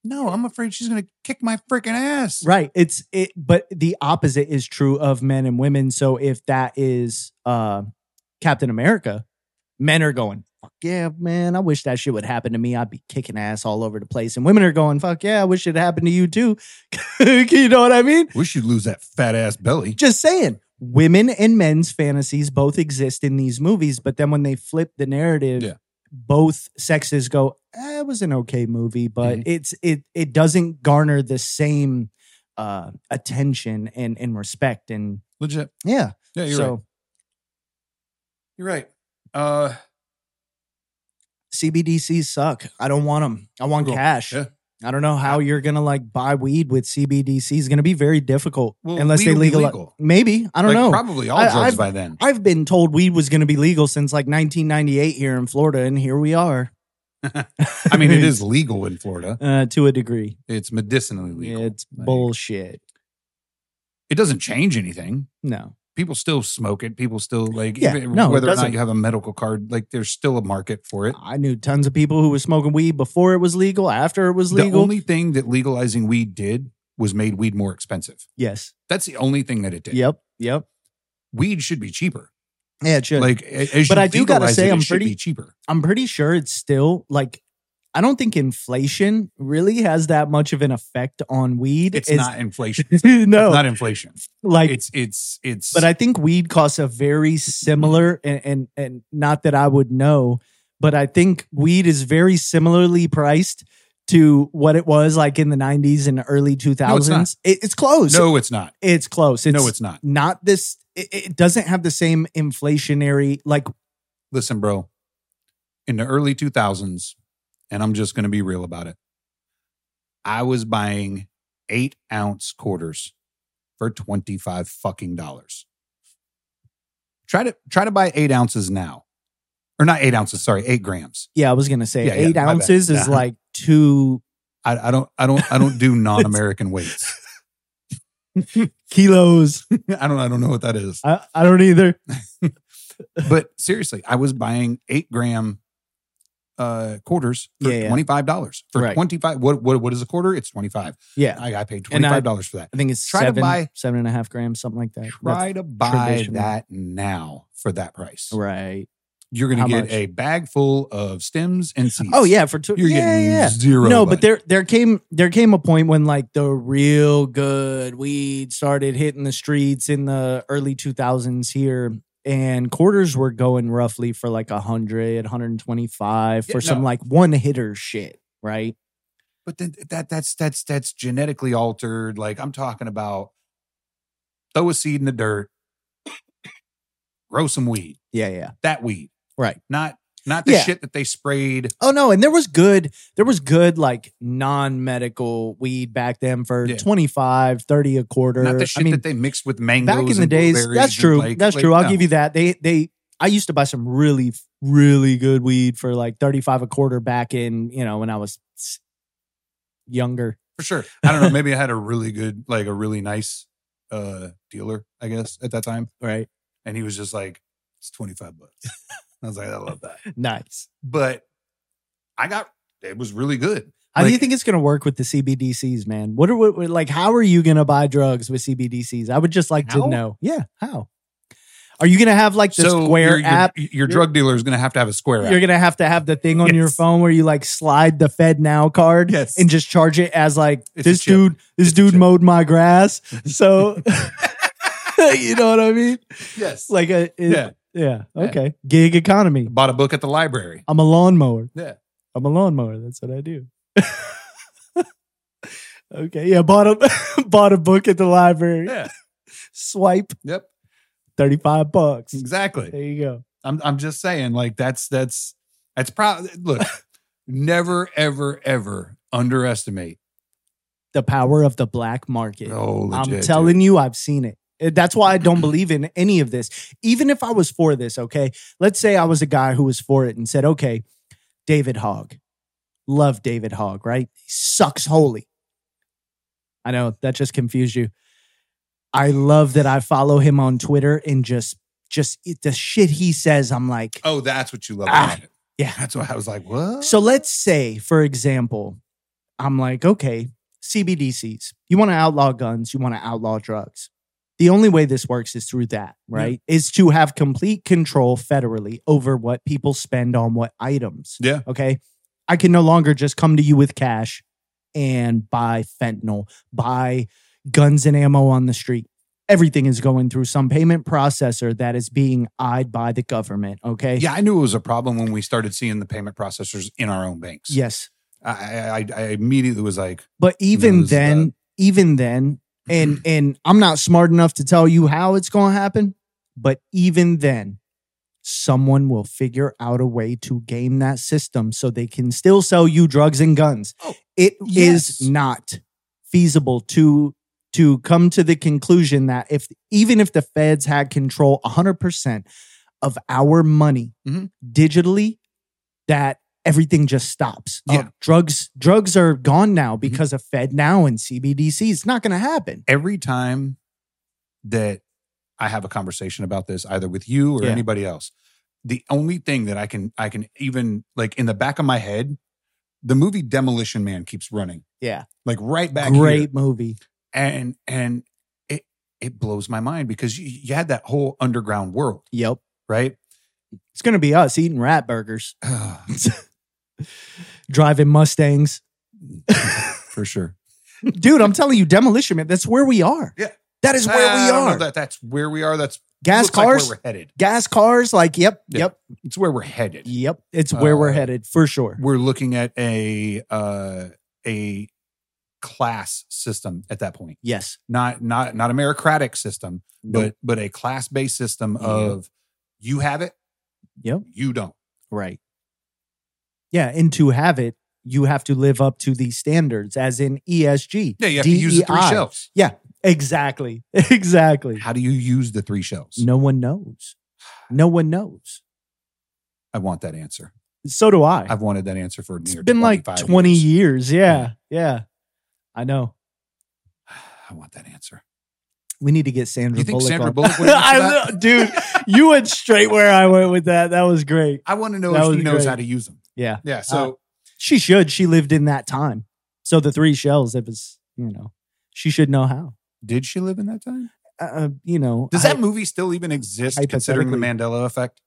no, I'm afraid she's gonna kick my freaking ass.
Right. It's it, but the opposite is true of men and women. So if that is uh, Captain America, men are going, fuck yeah, man, I wish that shit would happen to me. I'd be kicking ass all over the place. And women are going, fuck yeah, I wish it happened to you too. (laughs) you know what I mean?
Wish you'd lose that fat ass belly.
Just saying, women and men's fantasies both exist in these movies, but then when they flip the narrative,
Yeah.
both sexes go, eh, "It was an okay movie, but
Mhm.
it's it it doesn't garner the same uh attention and and respect and
Legit.
yeah."
Yeah, you're
so
right. You're right. Uh,
CBDCs suck. I don't want them. I want
Cool.
cash.
Yeah.
I don't know how you're gonna like buy weed with CBDC. It's gonna be very difficult
Well,
unless
weed
they
will be
legalize.
legal.
Maybe I don't
like,
know.
Probably all
I-
drugs
I've-
by then.
I've been told weed was going to be legal since like 1998 here in Florida, and here we are.
I
(laughs)
mean, it is legal in Florida.
uh, to a degree.
It's medicinally legal.
It's
Like,
bullshit.
It doesn't change anything.
No,
People still smoke it. People still like
Yeah,
even
no, it
whether or not
doesn't.
you have a medical card. Like there's still a market for it.
I knew tons of people who were smoking weed before it was legal, after it was
The
legal.
only thing that legalizing weed did was made weed more expensive.
yes.
That's the only thing that it did.
Yep. Yep.
Weed should be cheaper.
Yeah, it should.
Like a- as
But
you
I do gotta
legalize
say
it, it
I'm
should
pretty-
be cheaper.
I'm pretty sure it's still like. I don't think inflation really has that much of an effect on weed.
It's, not inflation.
(laughs) no,
It's not inflation.
like
it's it's it's
but I think weed costs a very similar and and, and not that I would know, but I think weed is very similarly priced to what it was like in the 90s and early 2000s. It- it's close.
no it's not
It's close. It's
no it's not
not this it, it doesn't have the same inflationary like
listen bro in the early 2000s, and I'm just going to be real about it. I was buying eight ounce quarters for 25 fucking dollars. Try to try to buy eight ounces now. Or not eight ounces, sorry, eight grams.
Yeah, I was gonna say
Yeah, yeah,
eight
my bad.
ounces is
Yeah.
like two
I, I don't I don't I
(laughs)
don't do non-American weights.
kilos.
(laughs) I don't I don't know what that
(laughs)
is.
I, I don't either.
But seriously, I was buying eight gram uh quarters for
Yeah, yeah.
$25. For
Right.
25 what what what is a quarter? It's 25.
Yeah,
I, I paid
And I-
$25 for that.
I think it's
Try to
seven,
buy-
seven and a half grams, something like that.
Try to buy
traditional.
that now for that price.
That's right.
You're going
How
to get
much?
a bag full of stems and seeds.
Oh yeah, for two.
You're
yeah,
getting
yeah.
zero.
no,
buddy.
but there there came there came a point when like the real good weed started hitting the streets in the early 2000s here and quarters were going roughly for like 100 125
Yeah,
for some
no.
like one hitter shit, right?
but then that that's that's that's genetically altered. Like I'm talking about throw a seed in the dirt, (coughs) grow some weed.
Yeah, yeah.
That weed.
Right.
Not not the
Yeah.
shit that they sprayed.
Oh no, and there was good there was good like non-medical weed back then for
Yeah.
25, 30 a quarter.
Not the shit
I mean,
that they mixed with mangoes.
back in the
and
days
blueberries
that's
and,
true
like-
that's
like,
true i'll
no.
give you that they they i used to buy some really really good weed for like 35 a quarter back in you know when i was s- younger
for sure. I don't know. Maybe I had a really good, like a really nice uh dealer, I guess, at that time.
right
And he was just like, it's 25 bucks. I was like, I love that.
nice
But I got it was really good.
how do you
Like-
think it's going to work with the cbdc's man what are what, what- like how are you going to buy drugs with cbdc's i would just like
How?
to know yeah how are you going to have like the square
your, your-
app
Your, drug dealer is gonna have to have a square
you're
app.
gonna have to have the thing on your
Yes.
phone where you like slide the Fed Now card
Yes.
and just charge it as like
It's a
this
chip.
dude, this
It's a
dude
chip.
mowed my
(laughs)
grass. So (laughs) you know what I mean?
Yes. Like
Like a it-
Yeah.
yeah, okay, gig economy.
bought a book at the library.
I'm a lawnmower.
Yeah.
I'm a lawnmower. That's what I do. (laughs) okay, yeah, bought a (laughs) bought a book at the library.
Yeah.
Swipe
Yep.
thirty five bucks.
Exactly.
There you go.
I'm I'm just saying, like that's that's that's proud look, (laughs) never ever ever underestimate.
The power of the black market.
Oh legit,
I'm
dude.
telling you, I've seen it. It- That's why I don't believe in any of this. Even if I was for this, okay? Let's say I was a guy who was for it and said, okay, David Hogg. Love David Hogg, right? He sucks holy. I know that just confused you. I love that I follow him on Twitter and just just it- the shit he says, I'm like,
Oh, that's what you love
Ah,
about it.
yeah.
That's why I was like, what?
so let's say, for example, I'm like, okay, CBDCs. You want to outlaw guns, you want to outlaw drugs. The only way this works is through that, right? Is to have complete control federally over what people spend on what items.
Yeah.
Okay. I can no longer just come to you with cash and buy fentanyl, buy guns and ammo on the street. Everything is going through some payment processor that is being eyed by the government. Okay.
Yeah, I knew it was a problem when we started seeing the payment processors in our own banks.
Yes.
I, I, I- I immediately was like,
But even
knows
then, even then, and and I'm not smart enough to tell you how it's going to happen, but even then, someone will figure out a way to game that system so they can still sell you drugs and guns.
Oh,
It is
yes.
not feasible to to come to the conclusion that if even if the feds had control 100% of our money
Mhm.
digitally that everything just stops. Oh,
Yeah. Mm-hmm.
drugs drugs are gone now because of Fed now and CBDC. It's not going to happen.
every time that I have a conversation about this, either with you or
Yeah.
anybody else, the only thing that I can, I can even like in the back of my head, the movie Demolition Man keeps running,
Yeah.
like right back
Great
here.
movie.
and and it it blows my mind because you, you had that whole underground world,
Yep.
right? (sighs)
It's going to be us eating rat burgers, driving Mustangs.
For sure.
Dude, I'm telling you demolition man, that's where we are.
Yeah.
That is where
I
we
don't know
are.
That that's where we are. That's
Gas
looks like
cars?
where we're headed.
Gas cars like yep,
Yeah.
yep,
It's where we're headed.
yep. It's where
Uh,
we're headed for sure.
We're looking at a uh, a class system at that point.
Yes.
Not not not a meritocratic system, but but a class based system
Yeah.
of you have it,
Yep.
you don't.
Right. Yeah, and to have it, you have to live up to these standards, as in E ESG.
Yeah, you have to use the three
DEI.
shells.
Exactly. (laughs) Exactly.
How do you use the three shells?
No one knows. No one knows.
I want that answer.
So do I.
I've wanted that answer for
it's
near
been like
25
20
years.
years. Yeah, yeah. I know.
(sighs) I want that answer.
We need to get Sandra
You think
Bullock
Sandra
on.
Bullock
(laughs)
would answer
I
that?
know- dude, you went straight where I went with that. That was great.
I want to know
That
if
was
she knows
great.
how to use them.
Yeah. Uh,
Yeah. So
She should. She lived in that time. So the three shells, it was, you know, she should know how.
did she live in that time?
Uh, you know,
Does
I-
that movie still even exist considering the
Hypothetically.
Mandela effect?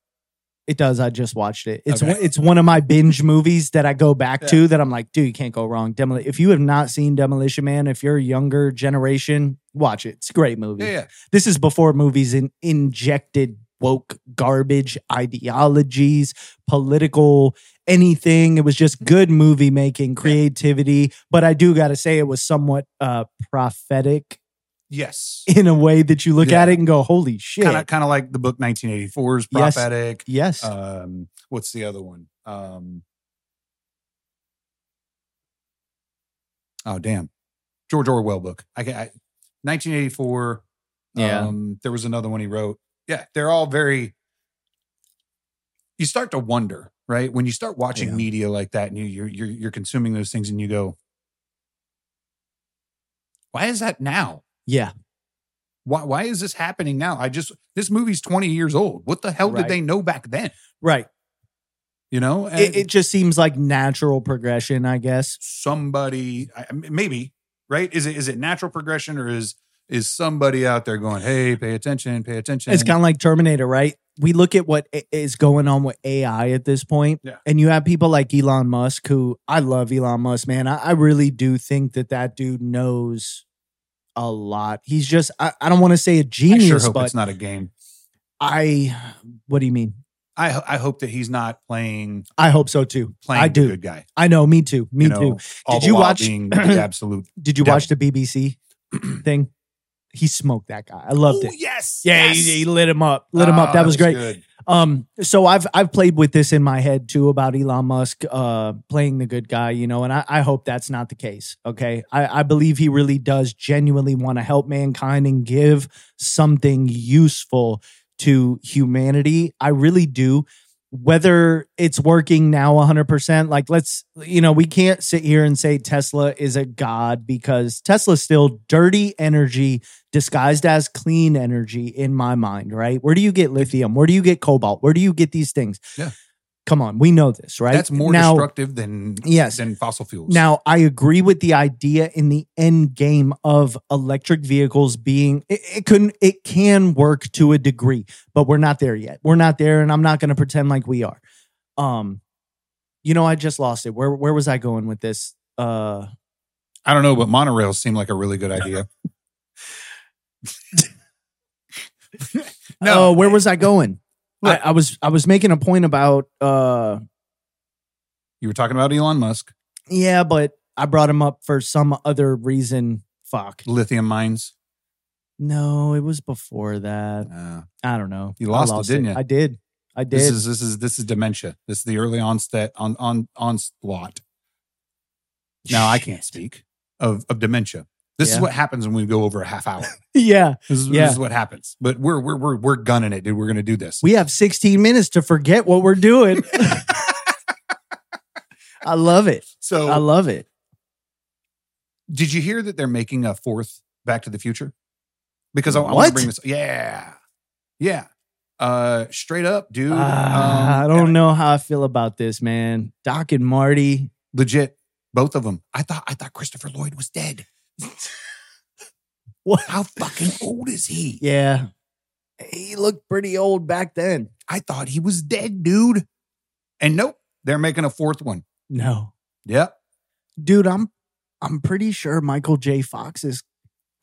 It does. I just watched it. It's
Okay.
one, it's one of my binge movies that I go back
Yeah.
to that I'm like, dude, you can't go wrong. Demoli- if you have not seen Demolition Man, if you're a younger generation, watch it. It's a great movie.
Yeah, yeah.
This is before movies in- injected woke garbage ideologies, political anything. It was just good movie making, creativity. But I do got to say, it was somewhat uh, prophetic
Yes.
in a way that you look
Yeah.
at it and go, holy shit.
Kind of kind of like the book 1984 is
Yes.
prophetic.
yes.
Um, what's the other one? Um, oh damn, George Orwell book. I, ca- I 1984.
Yeah.
Um, there was another one he wrote. Yeah, they're all very. You start to wonder, right? When you start watching
Yeah.
media like that, and you you're, you're you're consuming those things, and you go, "Why is that now?
yeah.
Why why is this happening now? I just this movie's twenty years old. What the hell
Right.
did they know back then?
Right.
You know, and
it, it just seems like natural progression, I guess.
somebody I- I- maybe right is it is it natural progression or is is somebody out there going hey pay attention pay attention
It's kind of like Terminator, right? We look at what i- is going on with AI at this point,
Yeah.
and you have people like Elon Musk, who I love Elon Musk, man. I, I really do think that that dude knows a lot. He's just, I, I don't want to say a
I
genius,
sure hope
but
it's not a game
I, what do you mean?
I ho- I hope that he's not playing
I hope so too.
playing
I
the
do.
good guy
I know, me too. Me
you know,
too.
all
Did
the
you
while
watch- (clears throat)
being the absolute
Did you
Yeah.
watch the BBC (clears throat) thing? He smoked that guy. I loved
Ooh,
it.
yes
Yeah,
yes.
he, he lit him up. Lit him
Ah,
up. That, was great.
good.
Um, so I've I've played with this in my head too about Elon Musk uh playing the good guy, you know, and I, I hope that's not the case. Okay. I, I believe he really does genuinely want to help mankind and give something useful to humanity. I really do. Whether it's working now 100%, like let's, you know, we can't sit here and say Tesla is a god because Tesla's still dirty energy disguised as clean energy in my mind, right? Where do you get lithium? Where do you get cobalt? Where do you get these things?
Yeah.
Come on, we know this, right?
that's more
now,
destructive than
Yes.
than fossil fuels
Now, I agree with the idea in the end game of electric vehicles being it, it couldn't it can work to a degree, but we're not there yet. We're not there, and I'm not going to pretend like we are. Um, you know, I just lost it. Where where was I going with this? Uh,
I don't know but monorails seem like a really good idea
(laughs) Oh, where was I going? I, I was I was making a point about uh
you were talking about Elon Musk
Yeah, but I brought him up for some other reason. Fuck.
lithium mines
No, it was before that.
uh,
I don't know.
You
I
lost it, didn't you?
I did. I did.
This is this is this is dementia. This is the early onset on on onslaught. Now I can't speak of of dementia. This is
Yeah.
what happens when we go over a half
(laughs)
hour.
(laughs) yeah.
This is,
Yeah.
this is what happens. But we're we're we're we're gunning it, dude. We're gonna do this.
We have 16 minutes to forget what
(laughs)
we're doing. I love it. I
so
love it.
did you hear that they're making a fourth Back to the Future? Because I, I want to
What?
bring this. Yeah, yeah. Uh, straight up, dude.
Ah, I
Um,
don't know how I feel about this, man. Doc and Marty.
Legit, both of them. I thought I thought Christopher Lloyd was dead.
What? (laughs)
How fucking old is he?
Yeah. He looked pretty old back then.
I thought he was dead, dude. And nope, they're making a fourth one.
No.
Yep.
dude i'm i'm pretty sure michael j fox is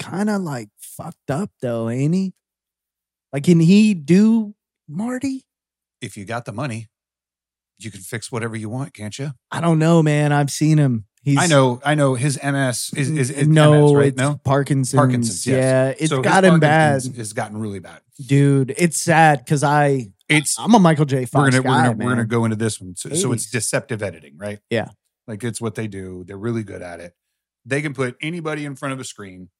kind of like fucked up though ain't he like can he do marty
If you got the money, you can fix whatever you want, can't you?
i don't know man i've seen him he's
I know, I know. His MS is, is, is
no
MS, right?
it's
no.
parkinson's
Parkinson's, yes.
yeah it's
So his
gotten bad
Parkinson's Has gotten really bad.
dude it's sad because i
It's
I'm a Michael J. Fox
we're gonna
guy,
we're gonna
man.
we're gonna go into this one. So, so it's
80s.
deceptive editing, right?
Yeah.
like it's what they do. They're really good at it. They can put anybody in front of a screen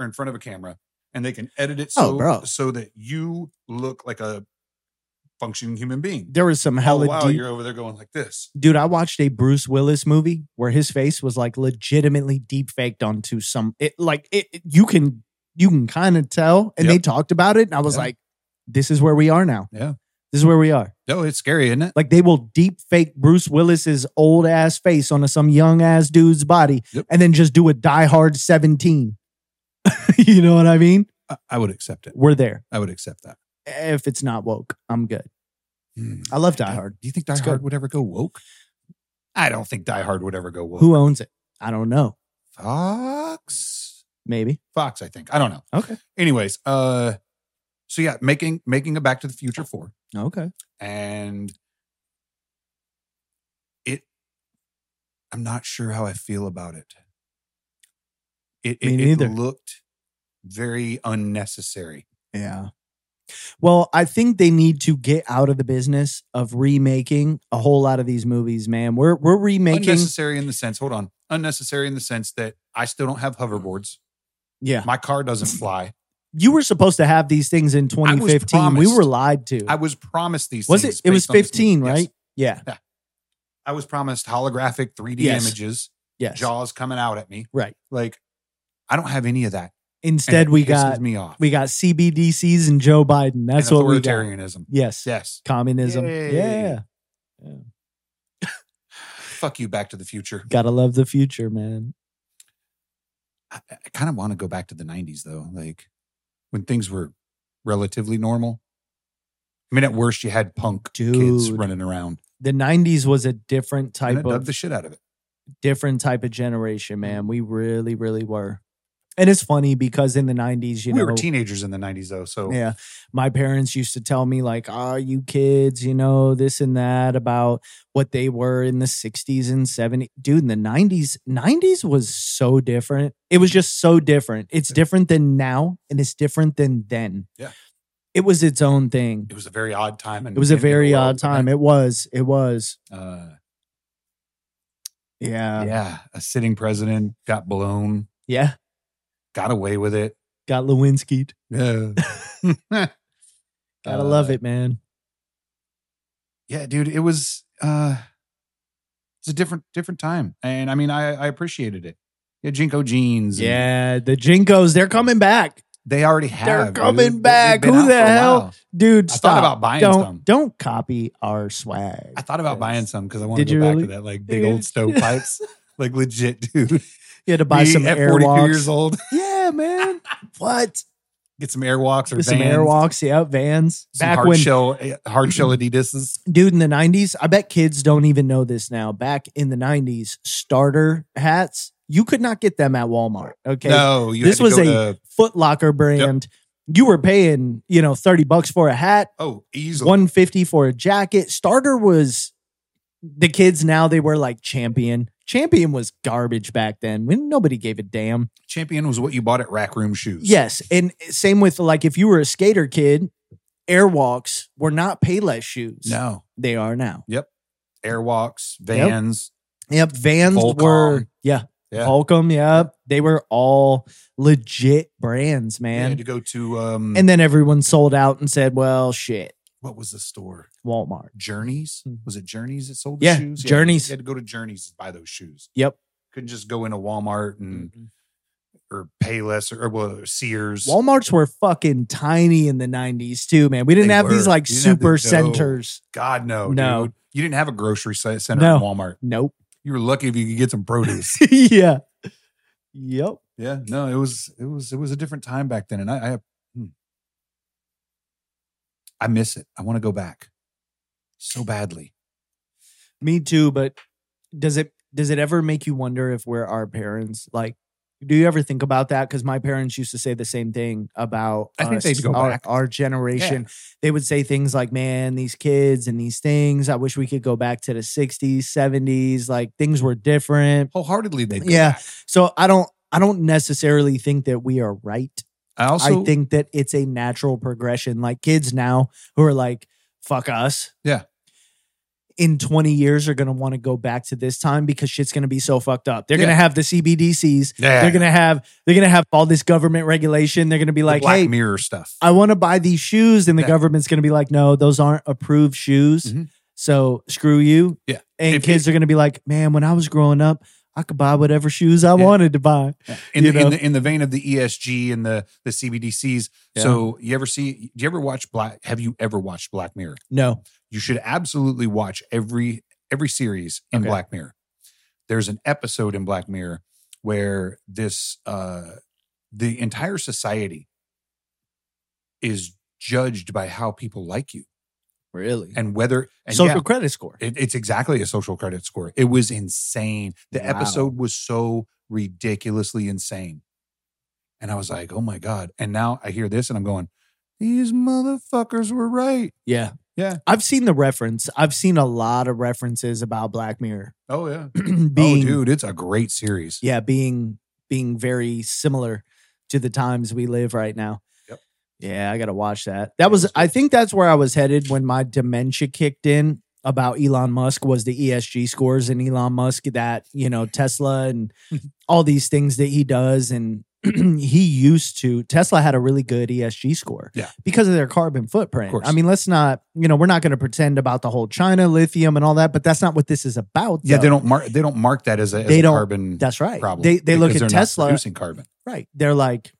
or in front of a camera, and they can edit it
Oh,
so
bro.
so that you look like a functioning human being.
There was some
Oh
hella
wow,
deep.
you're over there going like this.
Dude, I watched a Bruce Willis movie where his face was like legitimately deep faked onto some. It like it, it- you can you can kind of tell, and they
Yep.
talked about it, and I was
Yeah.
like, "This is where we are now.
Yeah.
this is where we are."
No, it's scary, isn't it?
Like they will deep fake Bruce Willis's old ass face onto some young ass dude's body,
Yep.
and then just do a Die Hard seventeen. (laughs) you know what I mean?
I, I would accept it.
We're there.
I would accept that.
If it's not woke, I'm good.
Hmm.
I love Die Hard.
Do you think Die
It's
Hard
good.
would ever go woke? I don't think Die Hard would ever go woke.
Who owns it? I don't know.
Fox?
Maybe.
Fox, I think. I don't know.
Okay.
Anyways, uh, so yeah, making making a Back to the Future four,
Okay.
and it. I'm not sure how I feel about it. It
Me
it, it
neither.
looked very unnecessary.
Yeah. Well, I think they need to get out of the business of remaking a whole lot of these movies, man. We're we're remaking.
unnecessary in the sense. Hold on. Unnecessary in the sense that I still don't have hoverboards.
Yeah.
My car
(laughs)
doesn't fly.
You were supposed to have these things in 2015. We
promised.
were lied to.
I was promised these.
was
things
it? It was
based on this
15,
movie. Yes.
right? Yeah.
I was promised holographic 3D
Yes.
images,
Yes.
jaws coming out at me.
Right.
Like, I don't have any of that. and
Instead,
it
we
pisses
got
me off.
we got CBDCs and Joe Biden. That's
And
what we got.
authoritarianism.
Yes.
Yes.
Communism.
Yay.
Yeah.
Fuck you, Back to the Future.
Gotta love the future, man.
I, I kind of want to go back to the 90s, though. Like, when things were relatively normal. I mean, at worst, you had punk kids
Dude.
running around.
The 90s was a different
And I
type
dug
of
the Mm-hmm. shit out of it.
different type of generation, man. We really, really were. And it's funny because in the 90s, you
we
know,
were teenagers in the 90s, though. So,
yeah, my parents used to tell me, like, ah, you kids, you know, this and that about what they were in the 60s and 70s. Dude, in the 90s, 90s was so different. It was just so different. It's
Yeah.
different than now and it's different than then.
Yeah.
It was its own thing.
it was a very odd time. And
It was a very odd time. It was. It was.
Uh,
Yeah. Yeah.
yeah. A sitting president got blown, got away with
(laughs)
it. (laughs)
Got Lewinsky.
Yeah.
Gotta
Uh,
love it, man.
Yeah, dude, it was uh it's a different different time. And I mean I I appreciated it. Yeah, Jinko jeans. and
Yeah, the Jinkos, they're coming back.
They already have.
They're
dude.
coming
They- they've
back.
been
Who
out
the
for a
hell?
while.
Dude,
I
stop.
thought about buying
don't,
some.
Don't copy our swag.
I thought about buying some because I want to
Did you
go back
really?
to that like big old stovepipes. (laughs) like legit, dude.
You had to (laughs) buy
Me
some
at 42
airwalks.
years old.
(laughs)
(laughs)
Yeah, man. what?
Get some airwalks or
With some
Vans,
airwalks, yeah, vans.
some
back
hard
when
shell eh, hard
(clears throat)
shell Adidas.
dude in the 90s, I bet kids don't even know this now. Back in the 90s, starter hats, you could not get them at Walmart. Okay.
No, you
This
had to
was
go
a-
to,
Foot Locker brand. You were paying, you know, 30 bucks for a hat.
oh easily
150 for a jacket. Starter was the kids now they were like champion. Champion was garbage back then when nobody gave a damn.
champion was what you bought at Rack Room Shoes.
Yes. And same with like if you were a skater kid, airwalks were not payless shoes.
No.
They are now.
Airwalks, Vans.
Yep. Vans
Volcom.
were yeah.
Yeah.
Holcomb, yep. They were all legit brands,
You
man.
had to go to um
and then everyone sold out and said, Well, shit,
what was the store?
Walmart.
Journeys?
Mhm.
Was it Journeys that sold the
Yeah,
shoes?
Journeys.
You had to go to Journeys to buy those shoes.
Yep.
Couldn't just go into Walmart
Mm.
and or Payless or, or well, Sears.
Walmarts were fucking tiny in the 90s too, man. We didn't
They
have these
were.
like
You didn't have the-
super
no.
centers.
God no,
No.
dude. You didn't have a grocery si- center
No.
in Walmart.
Nope. (laughs)
You were lucky if you could get some produce.
yeah. Yep.
yeah. No, it was it was it was a different time back then. And I I, hmm. I miss it. I want to go back so badly.
Me too, but does it does it ever make you wonder if we're our parents? Like, do you ever think about that? Because my parents used to say the same thing about
I think
us,
they'd go
our,
back.
our generation. They would say things like, Man, these kids and these things. I wish we could go back to the 60s, 70s, like things were different.
Wholeheartedly they
Yeah. So I don't I don't necessarily think that we are right
I also
I think that it's a natural progression. Like kids now who are like fuck us.
Yeah.
In 20 years, are going to want to go back to this time because shit's going to be so fucked up. They're
Yeah.
going to have the CBDCs.
Yeah.
They're going to have they're going to have all this government regulation. They're going to be
The
like,
Black
"Hey,
Mirror stuff.
I want to buy these shoes," and the
Yeah.
government's going to be like, "No, those aren't approved shoes."
Mhm.
So screw you.
Yeah.
And
If-
kids are going to be like, "Man, when I was growing up, I could buy whatever shoes I
Yeah.
wanted to buy."
in,
you
the, in
know?
the in the vein of the ESG and the the CBDCs.
Yeah.
So you ever see? Do you ever watch Black? Have you ever watched Black Mirror?
No.
You should absolutely watch every every series in
Okay.
Black Mirror. There's an episode in Black Mirror where this uh the entire society is judged by how people like you
Really?
and whether and
Social
yeah,
credit score.
it, it's exactly a social credit score. It was insane. The
Wow.
episode was so ridiculously insane. And I was like, oh my God. And now I hear this and I'm going, these motherfuckers were right.
Yeah.
Yeah.
I've seen the reference. I've seen a lot of references about Black Mirror (clears throat)
Oh, yeah.
being
oh, dude, it's a great series.
yeah, being being very similar to the times we live right now.
Yep.
Yeah, I got to watch that. That was I think that's where I was headed when my dementia kicked in about Elon Musk was the ESG scores and Elon Musk that, you know,
(laughs)
Tesla and all these things that he does and (clears throat) he used to Tesla had a really good ESG score
Yeah.
because of their carbon
Of
footprint.
course.
I mean, let's not, you know, we're not going to pretend about the whole China lithium and all that, but that's not what this is about.
Yeah,
though.
they don't mark they don't mark that as a, as
They
a
don't-
carbon
That's right.
problem.
They they look
because
at
they're not
Tesla
producing carbon.
Right. They're like,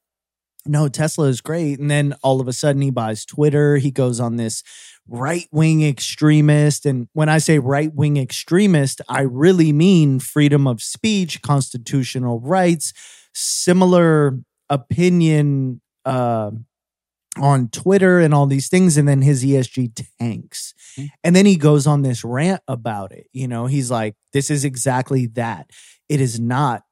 no, Tesla is great. And then all of a sudden he buys Twitter. He goes on this right wing extremist. And when I say right wing extremist, I really mean freedom of speech, constitutional rights, similar opinion uh, on Twitter and all these things. And then his ESG tanks.
Mhm.
And then he goes on this rant about it. You know, he's like, this is exactly that. It is not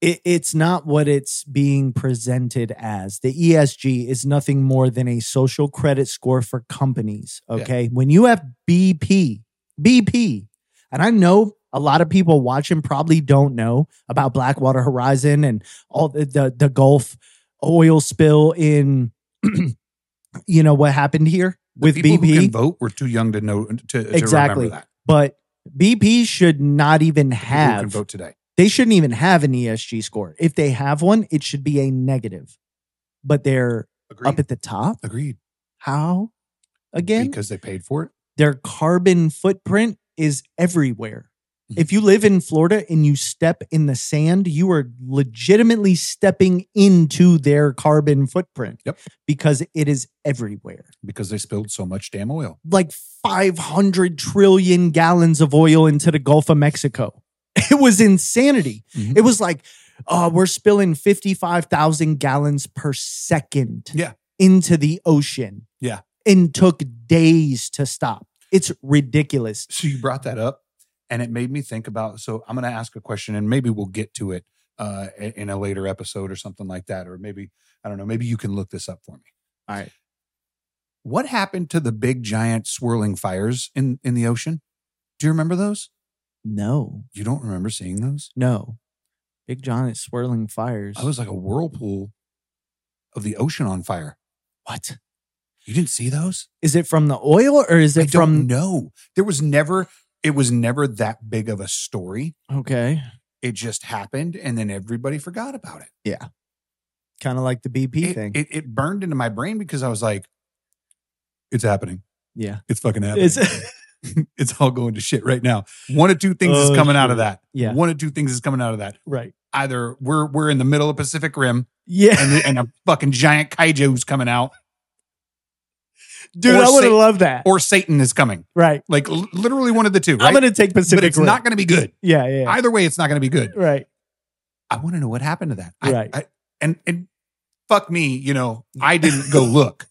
it, it's not what it's being presented as. The ESG is nothing more than a social credit score for companies.
Yeah.
Okay. When you have BP, BP, and I know a lot of people watching probably don't know about Blackwater Horizon and all the the, the Gulf oil spill in, (clears throat) you know, what happened here with
People
BP.
who can vote were too young to know to, to
Exactly.
remember that.
but BP should not even
People who can
have
vote today.
they shouldn't even have an ESG score. If they have one, it should be a negative. But they're
Agreed.
up at the top.
Agreed.
How? Again,
Because they paid for it.
their carbon footprint is everywhere.
Mhm.
If you live in Florida and you step in the sand, you are legitimately stepping into their carbon footprint
Yep.
because it is everywhere.
Because they spilled so much damn oil.
Like 500 trillion gallons of oil into the Gulf of Mexico. (laughs) It was insanity.
Mhm.
It was like, oh, we're spilling 55,000 gallons per second
Yeah.
into the ocean.
Yeah.
And took days to stop. It's ridiculous.
so you brought that up and it made me think about so i'm going to ask a question and maybe we'll get to it uh, in in a later episode or something like that or maybe i don't know maybe you can look this up for me
All right.
what happened to the big giant swirling fires in in the ocean do you remember those
No,
you don't remember seeing those
no. Big John is swirling fires.
i was like a whirlpool of the ocean on fire
what?
you didn't see those
Is it from the oil or is
i
it
don't
from.
know there was never it was never that big of a story
Okay.
it just happened and then everybody forgot about it
Kind of like the BP
it,
thing.
It, it burned into my brain because I was like, it's happening.
yeah.
It's fucking happening. (laughs)
It's, (laughs)
It's, all going to shit right now. One of two things is
Oh,
coming out of
shit.
that.
yeah.
One of two things is coming out of that.
Right.
Either we're we're in the middle of Pacific Rim
Yeah.
and, and a fucking giant kaiju's coming out,
Dude,
or
I would
say-
have loved that.
or Satan is coming.
right.
Like l- literally one of the two, right?
I'm going to take Pacific
but it's
Rim.
not going to be good.
yeah. Yeah. yeah.
Either way, it's not going to be good.
right.
I want to know what happened to that. I-
Right.
I- and and fuck me, you know, I didn't go look,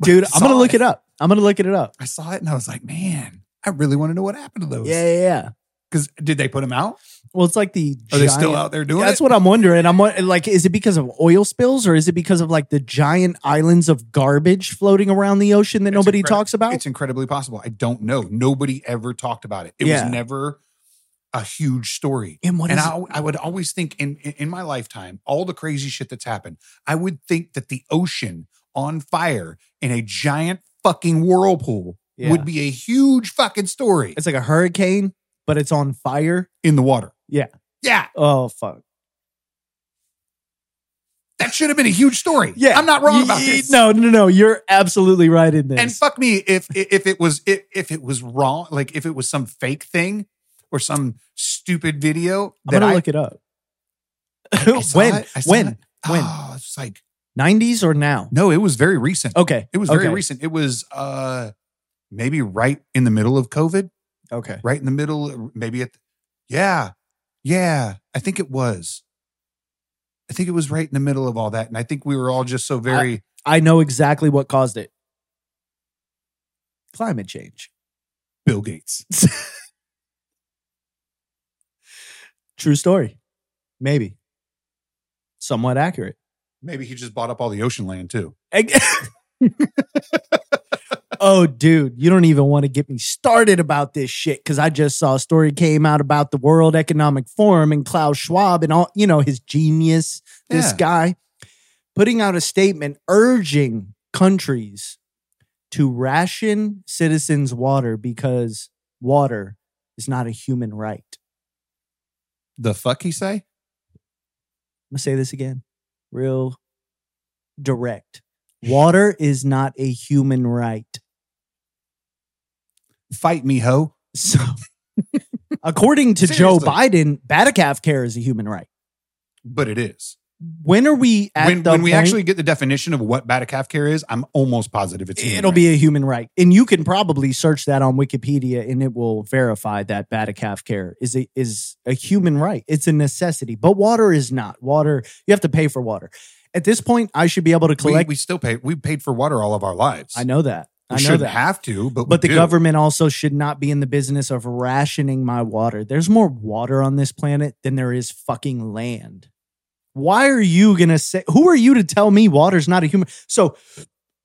Dude,
I
I'm going to
saw
look it up. I'm going to look it up.
I saw it and I was like, man, I really want to know what happened to those.
Yeah, yeah, yeah.
Because did they put them out?
Well, it's like the.
Are they still
giant-
out there doing
That's
it?
what I'm wondering. I'm won- like, is it because of oil spills or is it because of like the giant islands of garbage floating around the ocean that
It's
nobody
incredible.
talks about?
It's incredibly possible. I don't know. Nobody ever talked about it. It
Yeah.
was never a huge story.
and what
and
is-
I, I would always think in, in in my lifetime, all the crazy shit that's happened, I would think that the ocean on fire in a giant fucking whirlpool
Yeah.
would be a huge fucking story
it's like a hurricane, but it's on fire.
in the water.
Yeah.
Yeah.
Oh fuck.
That should have been a huge story.
Yeah.
I'm not wrong
Y-
about
y-
this.
No, no, no. You're absolutely right in this.
And fuck me if if it was if, if it was wrong, like if it was some fake thing or some stupid video
I'm
that
gonna
I,
look it up.
I saw
(laughs) when?
it, I saw
when?
it.
When?
Oh, it's like
90s or now?
no, it was very recent.
Okay.
It was very
Oh, okay.
recent. It was uh maybe right in the middle of COVID,
Okay.
right in the middle, uh, maybe at yeah, yeah. I think it was. I think it was right in the middle of all that, and I think we were all just so very
I know exactly what caused it. Climate change.
Bill Gates.
True story. Maybe. Somewhat accurate.
Maybe he just bought up all the ocean land too.
Eg- (laughs) oh, dude, you don't even want to get me started about this shit because I just saw a story came out about the World Economic Forum and Klaus Schwab and all, you know, his genius, this
Yeah.
guy, putting out a statement urging countries to ration citizens' water because water is not a human right.
The fuck he say?
I'm gonna say this again, real direct. Water is not a human right. (laughs)
Fight me, ho.
So, according to Joe
Seriously.
Biden, Batacalf care is a human right.
But it is.
When are we at
When,
the
when we
point-
actually get the definition of what Batacalf care is, I'm almost positive it's human
It'll
right.
be a human right, and you can probably search that on Wikipedia, and it will verify that Batacalf care is a is a human right. It's a necessity, but water is not. Water, you have to pay for water. At this point, I should be able to
we,
collect.
we still pay. We paid for water all of our lives.
I know that.
We
I know
shouldn't
that.
have to, but
but
we
the
do.
government also should not be in the business of rationing my water. There's more water on this planet than there is fucking land. Why are you going to say, who are you to tell me water's not a human? So,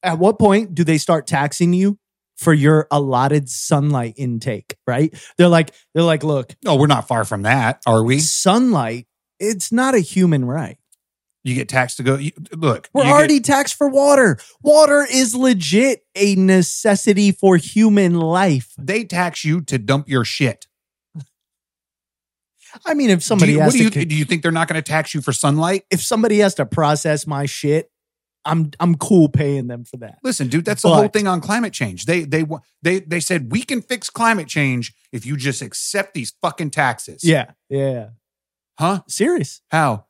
at what point do they start taxing you for your allotted sunlight intake, right? They're like, they're like, look,
No, we're not far from that, are we?
sunlight, it's not a human right.
You get taxed to go. You, look,
We're
you get-
already taxed for water. Water is legit a necessity for human life.
they tax you to dump your shit.
I mean, if
Do
somebody
you-
has
what do you
to
do? You think they're not going to tax you for sunlight?
if somebody has to process my shit, I'm I'm cool paying them for that.
Listen, dude, that's the whole
But-
thing on climate change. They they wa- they they said we can fix climate change if you just accept these fucking taxes.
Yeah, yeah.
huh?
Serious.
How?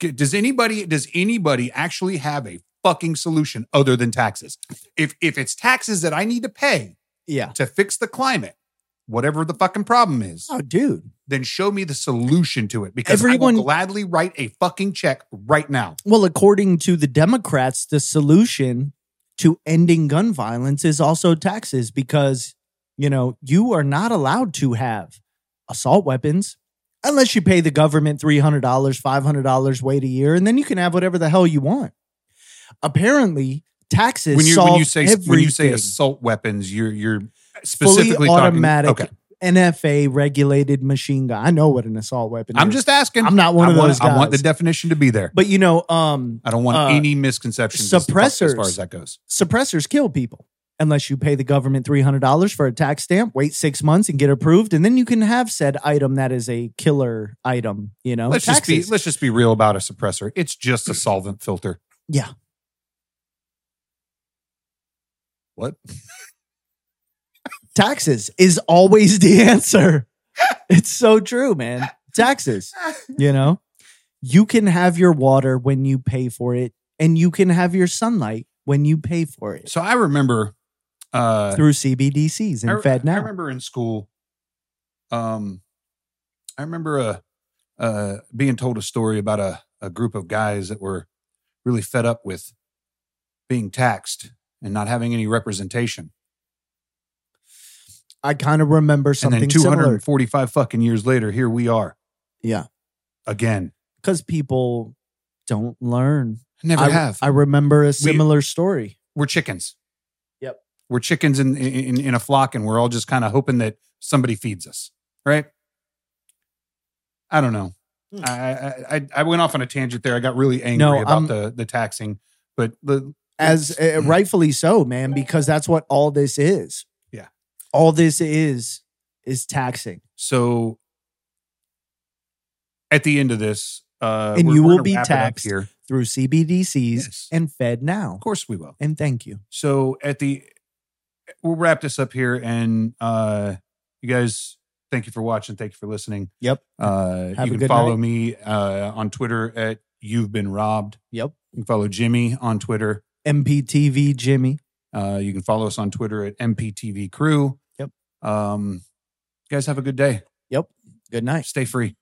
G- Does anybody does anybody actually have a fucking solution other than taxes? If if it's taxes that I need to pay
Yeah.
to fix the climate, whatever the fucking problem is,
Oh, dude.
then show me the solution to it because I
Everyone-
will gladly write a fucking check right now.
Well, according to the Democrats, the solution to ending gun violence is also taxes because you know you are not allowed to have assault weapons unless you pay the government three hundred dollars, five hundred dollars, wait a year, and then you can have whatever the hell you want. Apparently, taxes
When you
solve
when you say when you say
everything.
assault weapons, you're you're
fully
specifically talking-
automatic
okay,
NFA regulated machine gun. I know what an assault weapon
I'm
is.
just asking.
I'm not one
I
of
want,
those guys.
I want the definition to be there.
but you know, um,
I don't want
uh,
any misconceptions as far- as far
suppressors.
as that goes.
suppressors kill people unless you pay the government three hundred dollars for a tax stamp, wait six months and get approved, and then you can have said item that is a killer item. You know,
let's
taxes.
just be let's just be real about a suppressor. It's just a solvent filter.
Yeah.
What?
taxes is always the (laughs) answer. it's so true, man. Taxes. You know, you can have your water when you pay for it, and you can have your sunlight when you pay for it.
So I remember uh
through CBDCs and
I,
Fed
I
now.
remember in school um I remember uh uh being told a story about a a group of guys that were really fed up with being taxed and not having any representation.
I kind of remember something
and then
similar.
245 fucking years later, here we are
Yeah,
again.
because people don't learn.
Never
I,
have.
I remember a similar story.
we're chickens.
Yep.
We're chickens in in, in a flock, and we're all just kind of hoping that somebody feeds us, right? I don't know.
Hmm.
I I I I went off on a tangent there. I got really angry
No, um
about
I'm-
the the taxing, but the,
as uh,
Mm.
rightfully so, man, because that's what all this is.
Yeah.
All this is is taxing.
So at the end of this, uh,
And
we're-
you
we're
will
gonna
be
wrap it up
taxed.
here.
through CBDCs
Yes.
and Fed now.
Of course, we will.
And thank you.
So at the we'll wrap this up here, and uh, you guys, thank you for watching. Thank you for listening.
Yep.
Uh,
Have a
you can
good
follow
night.
me uh, on Twitter at You've Been Robbed.
Yep.
You can follow Jimmy on Twitter.
MPTV Jimmy.
Uh, you can follow us on Twitter at MPTV Crew.
Yep.
Um, you guys have a good day.
Yep. Good night.
Stay free.